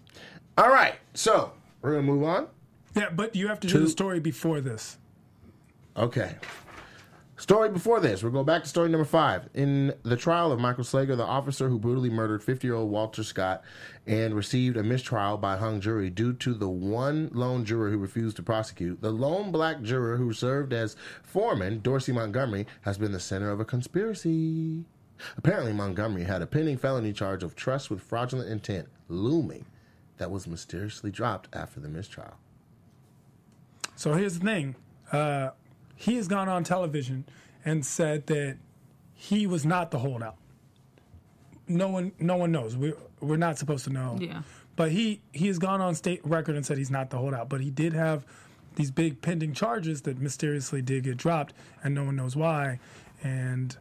D: All right, so we're gonna move on.
B: Yeah, but you have to do
D: Two-
B: the story before this.
D: Okay. Story before this, we'll go back to story number five. In the trial of Michael Slager, the officer who brutally murdered 50 year old Walter Scott and received a mistrial by hung jury due to the one lone juror who refused to prosecute, the lone black juror who served as foreman, Dorsey Montgomery, has been the center of a conspiracy. Apparently, Montgomery had a pending felony charge of trust with fraudulent intent looming that was mysteriously dropped after the mistrial.
B: So here's the thing. Uh, he has gone on television and said that he was not the holdout. No one, no one knows. We're we're not supposed to know.
C: Yeah.
B: But he he has gone on state record and said he's not the holdout. But he did have these big pending charges that mysteriously did get dropped, and no one knows why. And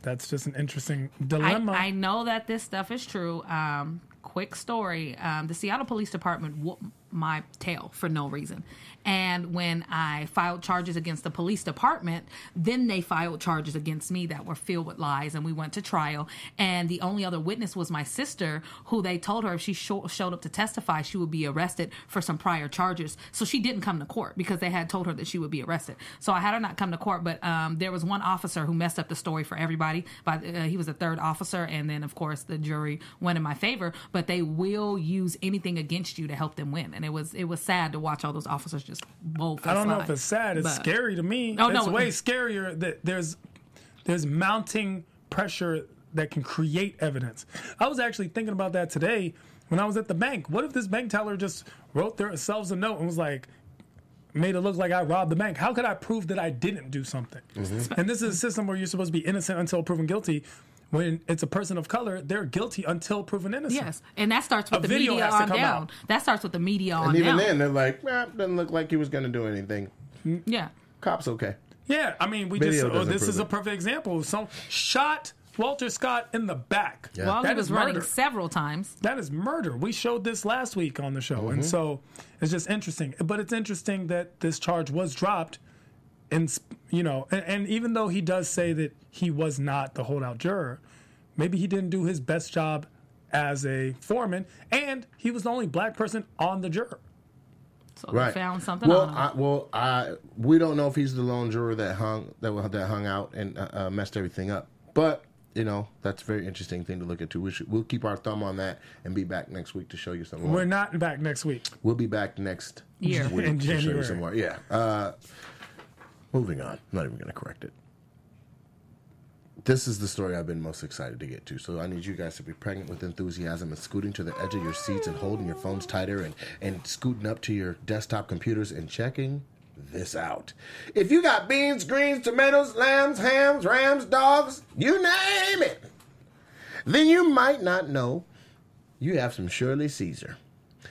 B: that's just an interesting dilemma.
C: I, I know that this stuff is true. Um, quick story: um, the Seattle Police Department w- my tail for no reason. And when I filed charges against the police department, then they filed charges against me that were filled with lies. And we went to trial. And the only other witness was my sister, who they told her if she sho- showed up to testify, she would be arrested for some prior charges. So she didn't come to court because they had told her that she would be arrested. So I had her not come to court. But um, there was one officer who messed up the story for everybody. By the- uh, he was a third officer, and then of course the jury went in my favor. But they will use anything against you to help them win. And it was it was sad to watch all those officers just bold.
B: I don't know if it's sad. It's scary to me.
C: Oh,
B: it's
C: no.
B: way scarier that there's there's mounting pressure that can create evidence. I was actually thinking about that today when I was at the bank. What if this bank teller just wrote themselves a note and was like, made it look like I robbed the bank? How could I prove that I didn't do something? And this is a system where you're supposed to be innocent until proven guilty. When it's a person of color, they're guilty until proven innocent.
C: Yes, and that starts with
B: A
C: the
B: video
C: media
B: has to
C: on
B: come
C: down.
B: out.
C: That starts with the media on
D: And even
C: down.
D: then, they're like, nah, doesn't look like he was going to do anything.
C: yeah.
D: Cops okay.
B: Yeah, I mean, we
D: Video
B: just oh,
D: doesn't
B: this
D: prove
B: is a
D: it.
B: perfect example. Some shot Walter Scott in the back.
D: Yeah.
C: While he
B: That
C: was
B: is
C: running
B: murder.
C: several times.
B: That is murder. We showed this last week on the show,
D: Mm-hmm.
B: and so it's just interesting. But it's interesting that this charge was dropped, and s- you know, and, and even though he does say that he was not the holdout juror, maybe he didn't do his best job as a foreman, and he was the only black person on the juror.
C: So
D: Right.
C: they found something
D: Well,
C: on him.
D: I, well, I we don't know if he's the lone juror that hung that wa- that hung out and uh, uh, messed everything up. But you know, that's a very interesting thing to look into. We should, we'll keep our thumb on that and be back next week to show you some more.
B: We're not back next week.
D: We'll be back next
C: Year.
D: week
B: In
D: to show you
B: January.
D: some more. Yeah. Uh, moving on. I'm not even going to correct it. This is the story I've been most excited to get to. So I need you guys to be pregnant with enthusiasm and scooting to the edge of your seats and holding your phones tighter and, and scooting up to your desktop computers and checking this out. If you got beans, greens, tomatoes, lambs, hams, rams, dogs, you name it, then you might not know you have some Shirley Caesar.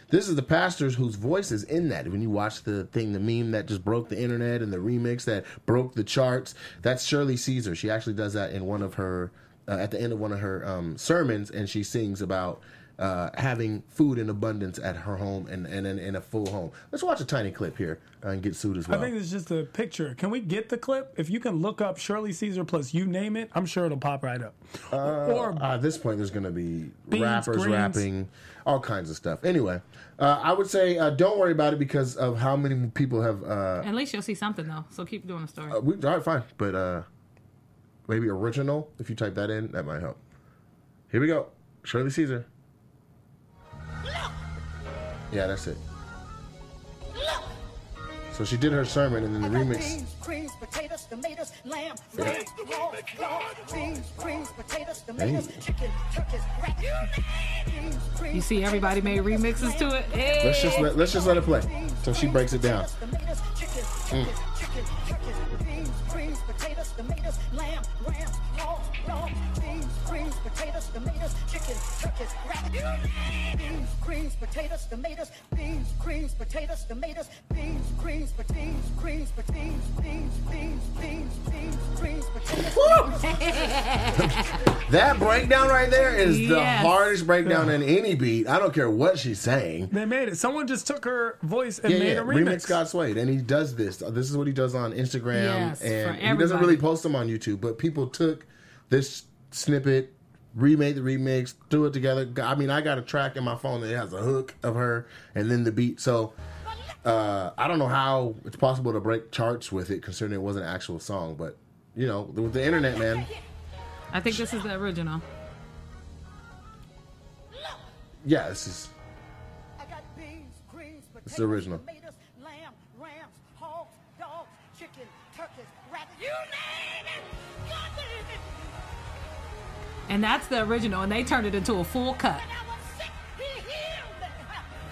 D: This is the pastors whose voice is in that. When you watch the thing, the meme that just broke the internet and the remix that broke the charts, that's Shirley Caesar. She actually does that in one of her, uh, at the end of one of her um, sermons, and she sings about uh, having food in abundance at her home and and in a full home. Let's watch a tiny clip here uh, and get sued as
B: I
D: well.
B: think it's just a picture. Can we get the clip? If you can look up Shirley Caesar plus you name it, I'm sure it'll pop right up. or
D: Uh, at this point, there's going to be
B: Beans,
D: rappers
B: greens.
D: rapping, all kinds of stuff. Anyway, uh, I would say uh, don't worry about it because of how many people have. Uh,
C: At least you'll see something though. So keep doing the story.
D: we, all right, fine, but uh, maybe original. If you type that in, that might help. Here we go, Shirley Caesar. Yeah, that's it. So she did her sermon and then the remix.
H: Beans, greens, potatoes, tomatoes, lamb,
D: Yeah.
H: rams, hogs, dogs, beans, greens, potatoes, tomatoes,
D: Hey.
H: chicken, turkeys, rat. Beans, greens,
C: You see, everybody made
H: potatoes,
C: remixes to it.
H: tomatoes,
C: Hey.
D: Let's just let let's just let it play. So she breaks it down.
H: Tomatoes, chicken, turkeys, chicken, turkeys, beans, greens, potatoes, tomatoes, lamb, rams, hogs, dogs, beans, greens, potatoes, tomatoes, chicken, turkeys, rat. Beans, greens, potatoes, tomatoes, beans, greens, potatoes, tomatoes, beans, greens, but beans, greens, but beans, beans, beans, beans, beans, greens, potatoes.
D: That breakdown right there is the
C: Yes.
D: hardest breakdown in any beat. I don't care what she's saying.
B: They made it. Someone just took her voice and
D: Yeah,
B: made
D: yeah.
B: a
D: Remix.
B: remix.
D: got swayed, and he does this. This is what he does on Instagram,
C: Yes, for
D: and he doesn't
C: everybody.
D: really post them on YouTube. But people took this snippet, remade the remix, threw it together. I mean, I got a track in my phone that has a hook of her, and then the beat. So uh, I don't know how it's possible to break charts with it, considering it wasn't an actual song. But you know, with the internet, man.
C: I think this is the original.
D: Yeah, this is.
H: I got beans, greens, potatoes,
D: It's the original.
H: tomatoes, lamb, rams, hogs, dogs, chicken, turkeys, rabbits. You name it! God name it!
C: And that's the original, and they turned it into a full cut.
H: When I was sick, he healed me.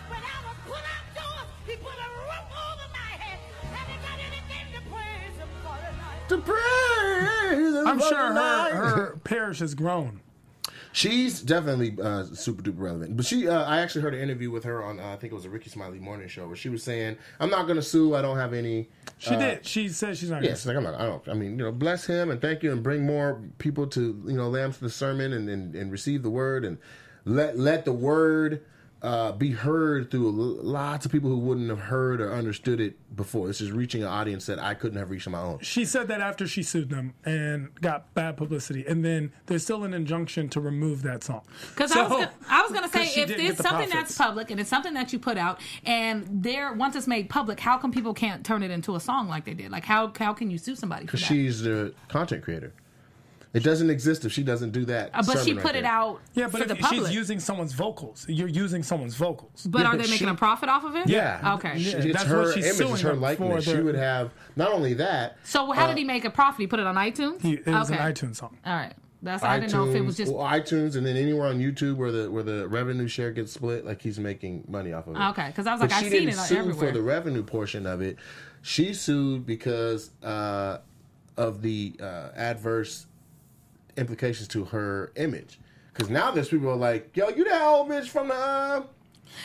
H: When I was put outdoors, he put a roof over my head. Have you got anything to praise him for tonight?
D: To praise
B: I'm
D: the
B: sure
D: Lord.
B: her, her parish has grown.
D: She's definitely uh, super duper relevant. But she, uh, I actually heard an interview with her on, uh, I think it was a Ricky Smiley morning show, where she was saying, "I'm not going to sue. I don't have any."
B: She did. She says she's not.
D: Uh, Yeah, she's like, "I'm not. I don't. I mean, you know, bless him and thank you, and bring more people to you know, lambs to the sermon and and, and receive the word and let let the word." uh, be heard through a l- lots of people who wouldn't have heard or understood it before. This is reaching an audience that I couldn't have reached on my own.
B: She said that after she sued them and got bad publicity, and then there's still an injunction to remove that song.
C: Because I
B: So-
C: was gonna, I was gonna
B: 'cause she
C: say if
B: didn't
C: there's
B: get the
C: something that's
B: profits.
C: public and it's something that you put out and there once it's made public, how come people can't turn it into a song like they did? Like how how can you sue somebody for that?
D: She's the content creator. It doesn't exist if she doesn't do that.
C: Uh, but she
D: sermon
C: put
D: right
C: it
D: there.
C: out
B: yeah, but
C: for the
B: if
C: public.
B: she's using someone's vocals, you're using someone's vocals.
C: but
D: Yeah,
C: are
D: but
C: they making
D: she-
C: a profit off of it?
D: Yeah.
C: Okay.
D: She-
B: Yeah,
D: it's
B: that's
D: her
B: what she's
D: image, it's
B: suing
D: her
B: them for
D: likeness.
B: the-
D: She would have not only that.
C: So
D: Uh,
C: how did he make a profit? He put it on iTunes.
B: It was an iTunes song.
C: All right. That's I didn't know if it was just
D: well, iTunes and then anywhere on YouTube where the where the revenue share gets split, like he's making money off of it.
C: Okay, 'cause I was
D: But
C: like, I've
D: she
C: seen
D: didn't
C: it on
D: sue
C: everywhere.
D: for the revenue portion of it. She sued because uh, of the uh, adverse implications to her image. Because now there's people who are like, yo, you that old bitch from the. Uh,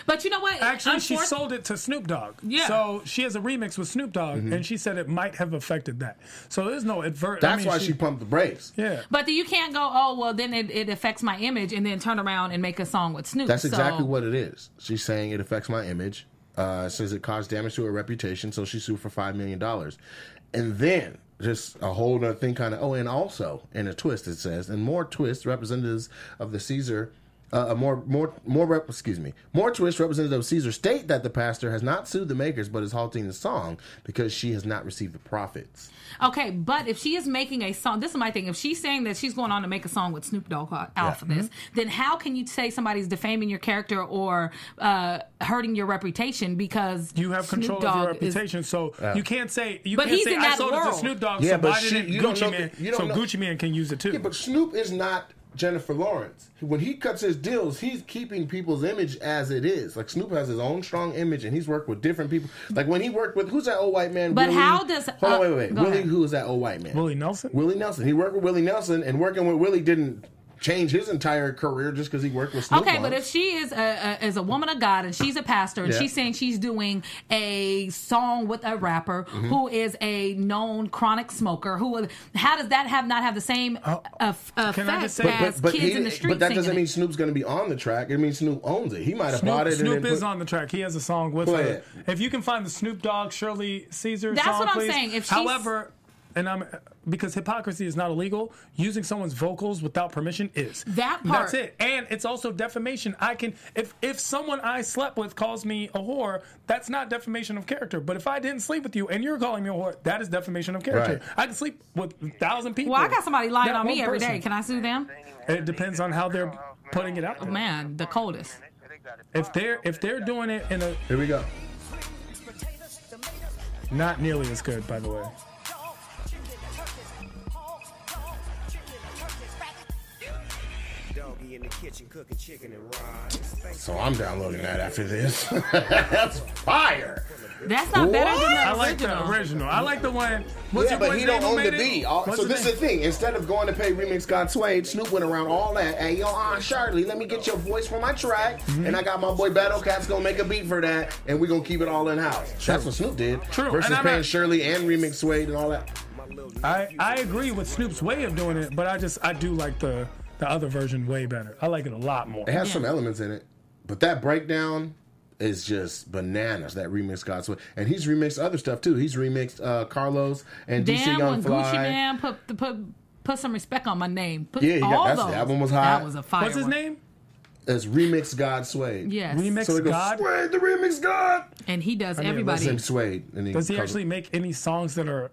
C: But you know what?
B: Actually, she
C: Unfor-
B: sold it to Snoop Dogg.
C: Yeah.
B: So she has a remix with Snoop Dogg,
D: Mm-hmm.
B: and she said it might have affected that. So there's no advert. I
D: that's
B: mean,
D: why she, pumped the brakes.
B: Yeah.
C: But then you can't go, oh well, then it, it affects my image, and then turn around and make a song with Snoop.
D: That's
C: So-
D: exactly what it is. She's saying it affects my image. Uh, says it caused damage to her reputation, so she sued for five million dollars. And then just a whole other thing, kind of. Oh, and also in a twist, it says, and more twists. Representatives of the Caesar, uh, more more more. Rep, excuse me, more twists. Representative of Caesar state that the pastor has not sued the makers, but is halting the song because she has not received the profits.
C: Okay, but if she is making a song, this is my thing. If she's saying that she's going on to make a song with Snoop Dogg out for this,
D: Mm-hmm.
C: then how can you say somebody's defaming your character or uh, hurting your reputation because
B: You have control
C: Snoop
B: of your
C: Dogg is-
B: reputation, so you can't say you
C: But
B: can't
C: he's
B: say
C: in
B: I
C: that
B: sold it to
C: world."
B: Snoop Dogg,
D: Yeah,
B: so
D: but
B: why
D: she-
B: didn't
D: you don't
B: Gucci
D: know-
B: Man?
D: you don't
B: so
D: know-
B: Gucci Man can use it too.
D: Yeah, but Snoop is not Jennifer Lawrence. When he cuts his deals, he's keeping people's image as it is. Like Snoop has his own strong image, and he's worked with different people. Like when he worked with who's that old white man?
C: But how does-
D: hold on, wait, wait, wait.
C: uh, go
D: Willie,
C: ahead.
D: who is that old white man?
B: Willie Nelson?
D: Willie Nelson. He worked with Willie Nelson, and working with Willie didn't change his entire career just because he worked with Snoop.
C: Okay, but
D: once.
C: if she is a, a is a woman of God and she's a pastor and
D: Yeah.
C: she's saying she's doing a song with a rapper
B: Mm-hmm.
C: who is a known chronic smoker, who how does that have not have the same uh, f-
B: Oh, can I just
C: effect
B: say- But-
C: as kids in the street?
D: but that doesn't
C: singing
D: mean
C: it?
D: Snoop's going to be on the track. It means Snoop owns it. He might have bought
B: Snoop,
D: it.
B: Snoop
D: and then
B: is
D: put-
B: on the track. He has a song with
D: Play
B: her.
D: it.
B: If you can find the Snoop Dogg Shirley Caesar
C: That's
B: song,
C: what I'm
B: please.
C: saying. If she's-
B: However, and I'm because hypocrisy is not illegal. Using someone's vocals without permission is.
C: That
B: That's
C: part.
B: it. And it's also defamation. I can if if someone I slept with calls me a whore, that's not defamation of character. But if I didn't sleep with you and you're calling me a whore, that is defamation of character.
D: Right.
B: I can sleep with a thousand people.
C: Well, I got somebody lying
B: Not
C: on me
B: one
C: every day.
B: person.
C: Can I sue them? Oh,
B: It depends on how they're putting it out. there.
C: Man, the coldest.
B: If they're if they're doing it in a
D: Here we go.
B: not nearly as good, by the way.
H: Doggy in the kitchen cooking chicken and rice.
D: So I'm downloading that after this. That's fire.
C: That's not better than the
B: I
C: original.
B: like the original. I like the one. What's
D: yeah,
B: your
D: but
B: boy's
D: he
B: name
D: don't
B: who
D: own the
B: made it?
D: beat. All-
B: What's
D: So
B: his
D: this is
B: name?
D: the thing. Instead of going to pay Remix God Suede, Snoop went around all that. Hey, yo, Aunt Shirley, let me get your voice for my track.
B: Mm-hmm.
D: And I got my boy Battle Cat's gonna make a beat for that, and we gonna keep it all in house. That's what Snoop did.
B: True.
D: Versus
B: And I'm
D: paying
B: not-
D: Shirley and Remix Suede and all that.
B: I, I agree with Snoop's way of doing it, but I just I do like the the other version way better. I like it a lot more.
D: It has some elements in it, but that breakdown is just bananas. That remix God Suede, and he's remixed other stuff too. He's remixed uh, Carlos and DC
C: Damn,
D: Young
C: when
D: Fly.
C: Gucci Man put the put. Put some respect on my name. Put
D: Yeah, he got-
C: all
D: that's-
C: those.
D: that one was hot.
C: That was a fire.
B: What's his
C: one.
B: name?
D: It's remix God Suede.
C: Yes.
B: Remix
D: So it goes,
B: God.
D: Suede, the remix God.
C: And he does
B: mean,
D: That's
C: everybody.
D: him, Suede. And he
B: Does he
D: covers-
B: actually make any songs that are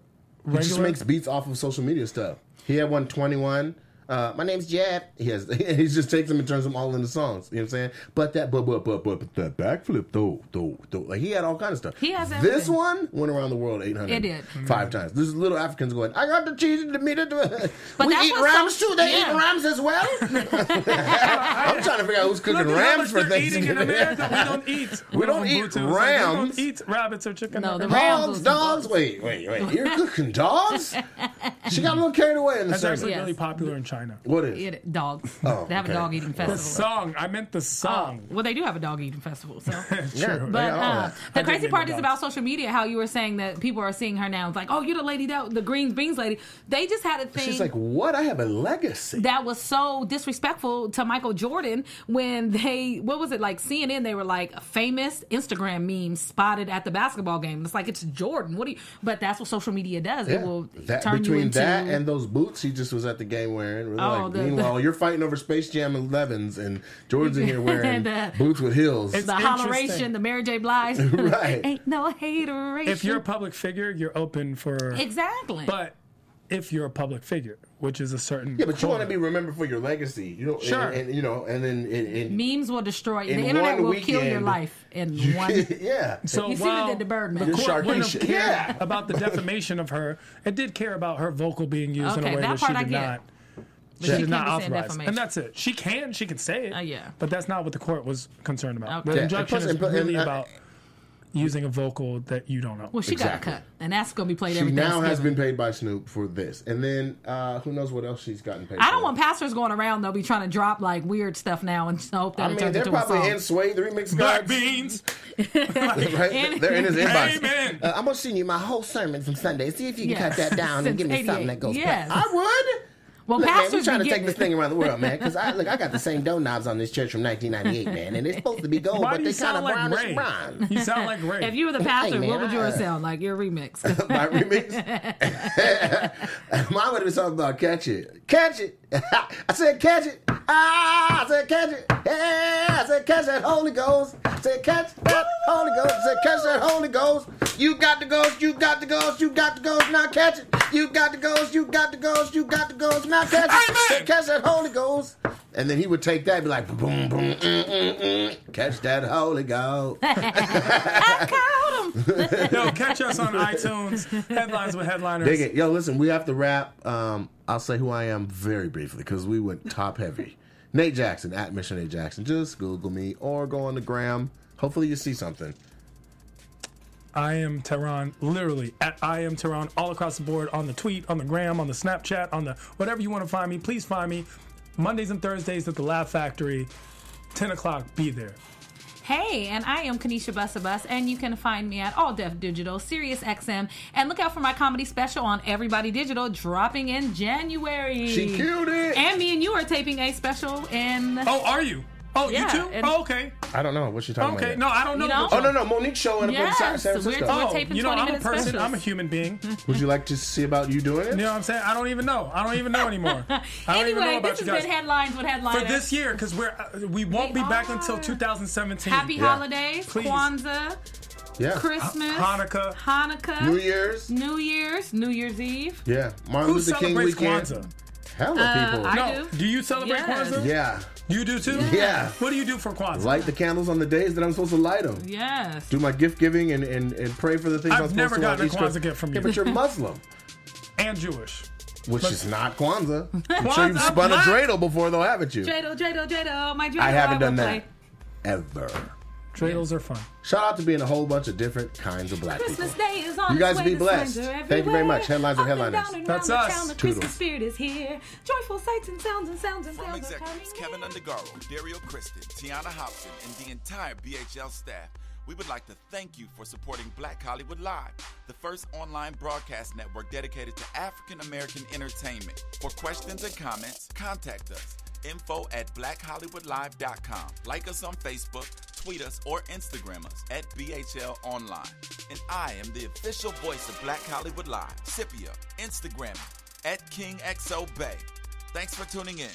D: He just
B: regular?
D: makes beats off of social media stuff. He had one twenty one. Uh, my name's Jeff. He has. He just takes them and turns them all into songs. You know what I'm saying? But that, but but but but, but that backflip though, though, though. Like he had all kind of stuff.
C: He has
D: this
C: everything.
D: one went around the world eight hundred.
C: It did.
B: Mm-hmm.
D: five times. This is little Africans going. I got the cheese and the meat. and the-"
C: But
D: we
C: that's
D: eat
C: what
D: rams
C: some-
D: too. They
C: yeah.
D: eat rams as well. I'm trying to figure out who's
B: Look
D: cooking
B: at how much
D: rams for
B: they're eating in
D: Thanksgiving.
B: America. We don't eat.
D: We don't eat
B: Bluetooth. Like,
D: rams.
B: we don't eat rabbits or chicken.
C: No,
B: or-
C: the rams-
D: Dogs, dogs. Wait, wait, wait. You're cooking dogs? She got a little carried away in the
B: That's
D: segment.
B: actually
C: Yes.
B: really popular in China.
D: What is?
C: It, dogs.
D: Oh,
C: they have
D: okay.
C: a dog eating
B: The
C: festival. Oh,
B: song. I meant the song.
C: Well, they do have a dog eating festival. So,
D: Yeah,
B: True.
D: they
C: but
D: got all
C: uh,
D: that.
C: the
B: I did
C: crazy
B: mean
C: part is
B: the dogs.
C: about social media. How you were saying that people are seeing her now. It's like, oh, you're the lady that the greens beans lady. They just had a thing.
D: She's like, what? I have a legacy.
C: that was so disrespectful to Michael Jordan when they what was it like CNN they were like famous Instagram memes spotted at the basketball game. It's like it's Jordan. What do you? But that's what social media does. It
D: Yeah.
C: will
D: that,
C: turn
D: between
C: you into
D: that and those boots he just was at the game wearing. We're
C: Oh,
D: like,
C: the-
D: meanwhile, you're fighting over Space Jam 11s, and Jordan's in here wearing
C: The-
D: boots with heels.
C: the
B: It's
C: holleration,
B: interesting.
C: the Mary J. Blige.
D: Right.
C: Ain't no hateration.
B: If you're a public figure, you're open for.
C: exactly.
B: But if you're a public figure, which is a certain.
D: Yeah, but you want to be remembered for your legacy, you know?
B: Sure.
D: And, and, you know, and then and, and
C: memes will destroy.
D: In
C: the internet
D: one
C: will kill your
D: weekend,
C: life in one.
D: yeah.
B: So
C: You see what
B: while
C: did to Birdman.
B: the
C: You're
B: court wouldn't have
D: Sharknation.
B: cared
D: Yeah.
B: about the defamation of her, it did care about her vocal being used in
C: Okay,
B: a way
C: that
B: that, she
C: part
B: did
C: I get.
B: not.
C: But
B: She
C: she
B: did
C: can't be
B: not
C: saying
B: authorize,
C: defamation.
B: and that's it. She can, she can say it.
C: Uh, yeah.
B: but that's not what the court was concerned about.
C: Okay.
B: The
C: Yeah, and
B: injunction
D: plus-
B: is
D: and plus- and uh,
B: really
D: I-
B: about using a vocal that you don't know.
C: well, she
D: Exactly.
C: got cut, and that's gonna be played
D: She
C: every
D: now has
C: Thanksgiving.
D: been paid by Snoop for this, and then uh, who knows what else she's gotten paid.
C: I
D: for.
C: don't want pastors going around though, be trying to drop like weird stuff now and hope that
D: I
C: it
D: mean,
C: turns
D: they're
C: into a song.
D: probably in Sway the remix
B: Black
D: gods.
B: beans.
D: Oh, Right?
C: And-
D: they're in his inbox.
B: Amen.
D: Uh, I'm gonna send you my whole sermon from Sunday. See if you can
C: Yeah.
D: cut that down and
C: Since
D: give me something
C: 88.
D: that goes.
C: Yes.
D: back. I would.
C: Well,
D: look, man,
C: pastors
D: we
C: be
D: trying to take
C: getting
D: this thing around the world, man. Because I look, I got the same dough knobs on this church from 1998, man, and they're supposed to be gold,
B: Why
D: but
B: do you
D: they kind of
B: sound like
D: brownish
B: Ray?
D: brown.
B: You sound like Ray.
C: If you were the pastor,
D: man,
C: what would yours
D: I-
C: sound like? Your remix.
D: my remix. Mine would have been something about catch it, catch it. I said catch it. Ah, I said catch it. Yeah, I said catch that Holy Ghost. I said catch that Holy Ghost. I said catch that Holy Ghost. You got the ghost. You got the ghost. You got the ghost. Now catch it. You got the ghost. You got the ghost. You got the ghost. Now catch it. I said, catch that Holy Ghost. And then he would take that and be like, boom, boom, mm, mm, mm. catch that Holy Ghost.
C: I called him.
B: Yo, catch us on iTunes. Headlines with headliners.
D: Dig it. Yo, listen, we have to wrap. Um, I'll say who I am very briefly because we went top heavy. Nate Jackson, at Mission Nate Jackson. Just Google me or go on the gram. Hopefully you see something.
B: I am Tehran, literally at I am Tehran, all across the board on the tweet, on the gram, on the Snapchat, on the whatever you want to find me. Please find me Mondays and Thursdays at the Laugh Factory, 10 o'clock. Be there.
C: Hey, and I am Kanisha Bussa Bus, and you can find me at All Deaf Digital, Sirius XM, and look out for my comedy special on Everybody Digital dropping in January.
B: Mm.
D: She killed it.
C: And me and you are taping a special in.
B: Oh, are you? Oh,
C: Yeah,
B: you too?
C: and-
B: Oh, okay,
D: I don't know what you're talking
B: okay.
D: about.
B: No, I don't know.
C: You don't?
D: Oh, no, no. Monique showing up
C: Yes,
D: in San
C: we're
D: Francisco.
C: talking-
B: Oh,
C: taping
B: you know,
C: 20
B: I'm a
C: minute
B: person.
C: specials.
B: I'm a human being.
D: Would you like to see about you doing it?
B: You know what I'm saying? I don't even know. I don't even know anymore. I don't even know
C: anyway,
B: about
C: this
B: you
C: has
B: guys.
C: been headlines with headliners.
B: For this year, because we're uh, we won't
C: We
B: be back
C: are.
B: until 2017.
C: Happy
D: Yeah.
C: holidays,
B: Please.
C: Kwanzaa,
D: Yeah.
C: Christmas,
B: Hanukkah.
C: Hanukkah,
D: New Year's?
C: New Year's, New Year's Eve.
D: Yeah. Martin
B: Who
D: Luther King
B: celebrates
D: weekend.
B: Kwanzaa? Uh,
D: Hella people.
C: I-
B: No,
C: do.
B: do you celebrate
C: Yes.
B: Kwanzaa?
D: yeah.
B: You do too?
D: Yeah.
B: What do you do for Kwanzaa?
D: Light the candles on the days that I'm supposed to light them.
C: Yes.
D: Do my gift giving and, and, and pray for the things
B: I've
D: am supposed
B: never
D: to
B: gotten a
D: on Easter.
B: Kwanzaa gift from
D: Yeah,
B: you.
D: but you're Muslim.
B: and Jewish.
D: Which is not Kwanzaa. I'm
B: Kwanzaa,
D: sure you've spun a
B: what?
D: dreidel before, though, haven't you?
C: Dreidel, dreidel, dreidel, my dreidel.
D: I haven't done
C: will
D: that
C: play.
D: ever.
B: Dreidels are fun.
D: Shout out to being a whole bunch of different kinds of black
C: Christmas
D: people.
C: Day is on
D: You
C: its
D: guys
C: way,
D: be
C: the
D: blessed.
C: signs are
D: Thank you very much.
C: everywhere.
D: Headlines with
C: Up and
D: headliners.
C: down and
B: That's
C: round the
B: us.
C: town, The
D: Toodles.
C: Christmas spirit is here. Joyful sights and sounds and sounds and
I: From
C: sounds are coming.
I: executives Kevin Undergaro, Dario Kristen, Tiana Hobson, and the entire BHL staff, we would like to thank you for supporting Black Hollywood Live, the first online broadcast network dedicated to African American entertainment. For questions and comments, contact us. Info at blackhollywoodlive.com. Like us on Facebook, tweet us, or Instagram us at BHL Online. And I am the official voice of Black Hollywood Live, Scipio, Instagram at King XO Bay. Thanks for tuning in.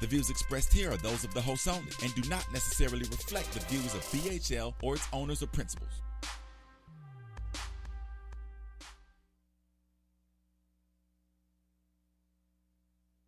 I: The views expressed here are those of the host only and do not necessarily reflect the views of BHL or its owners or principals.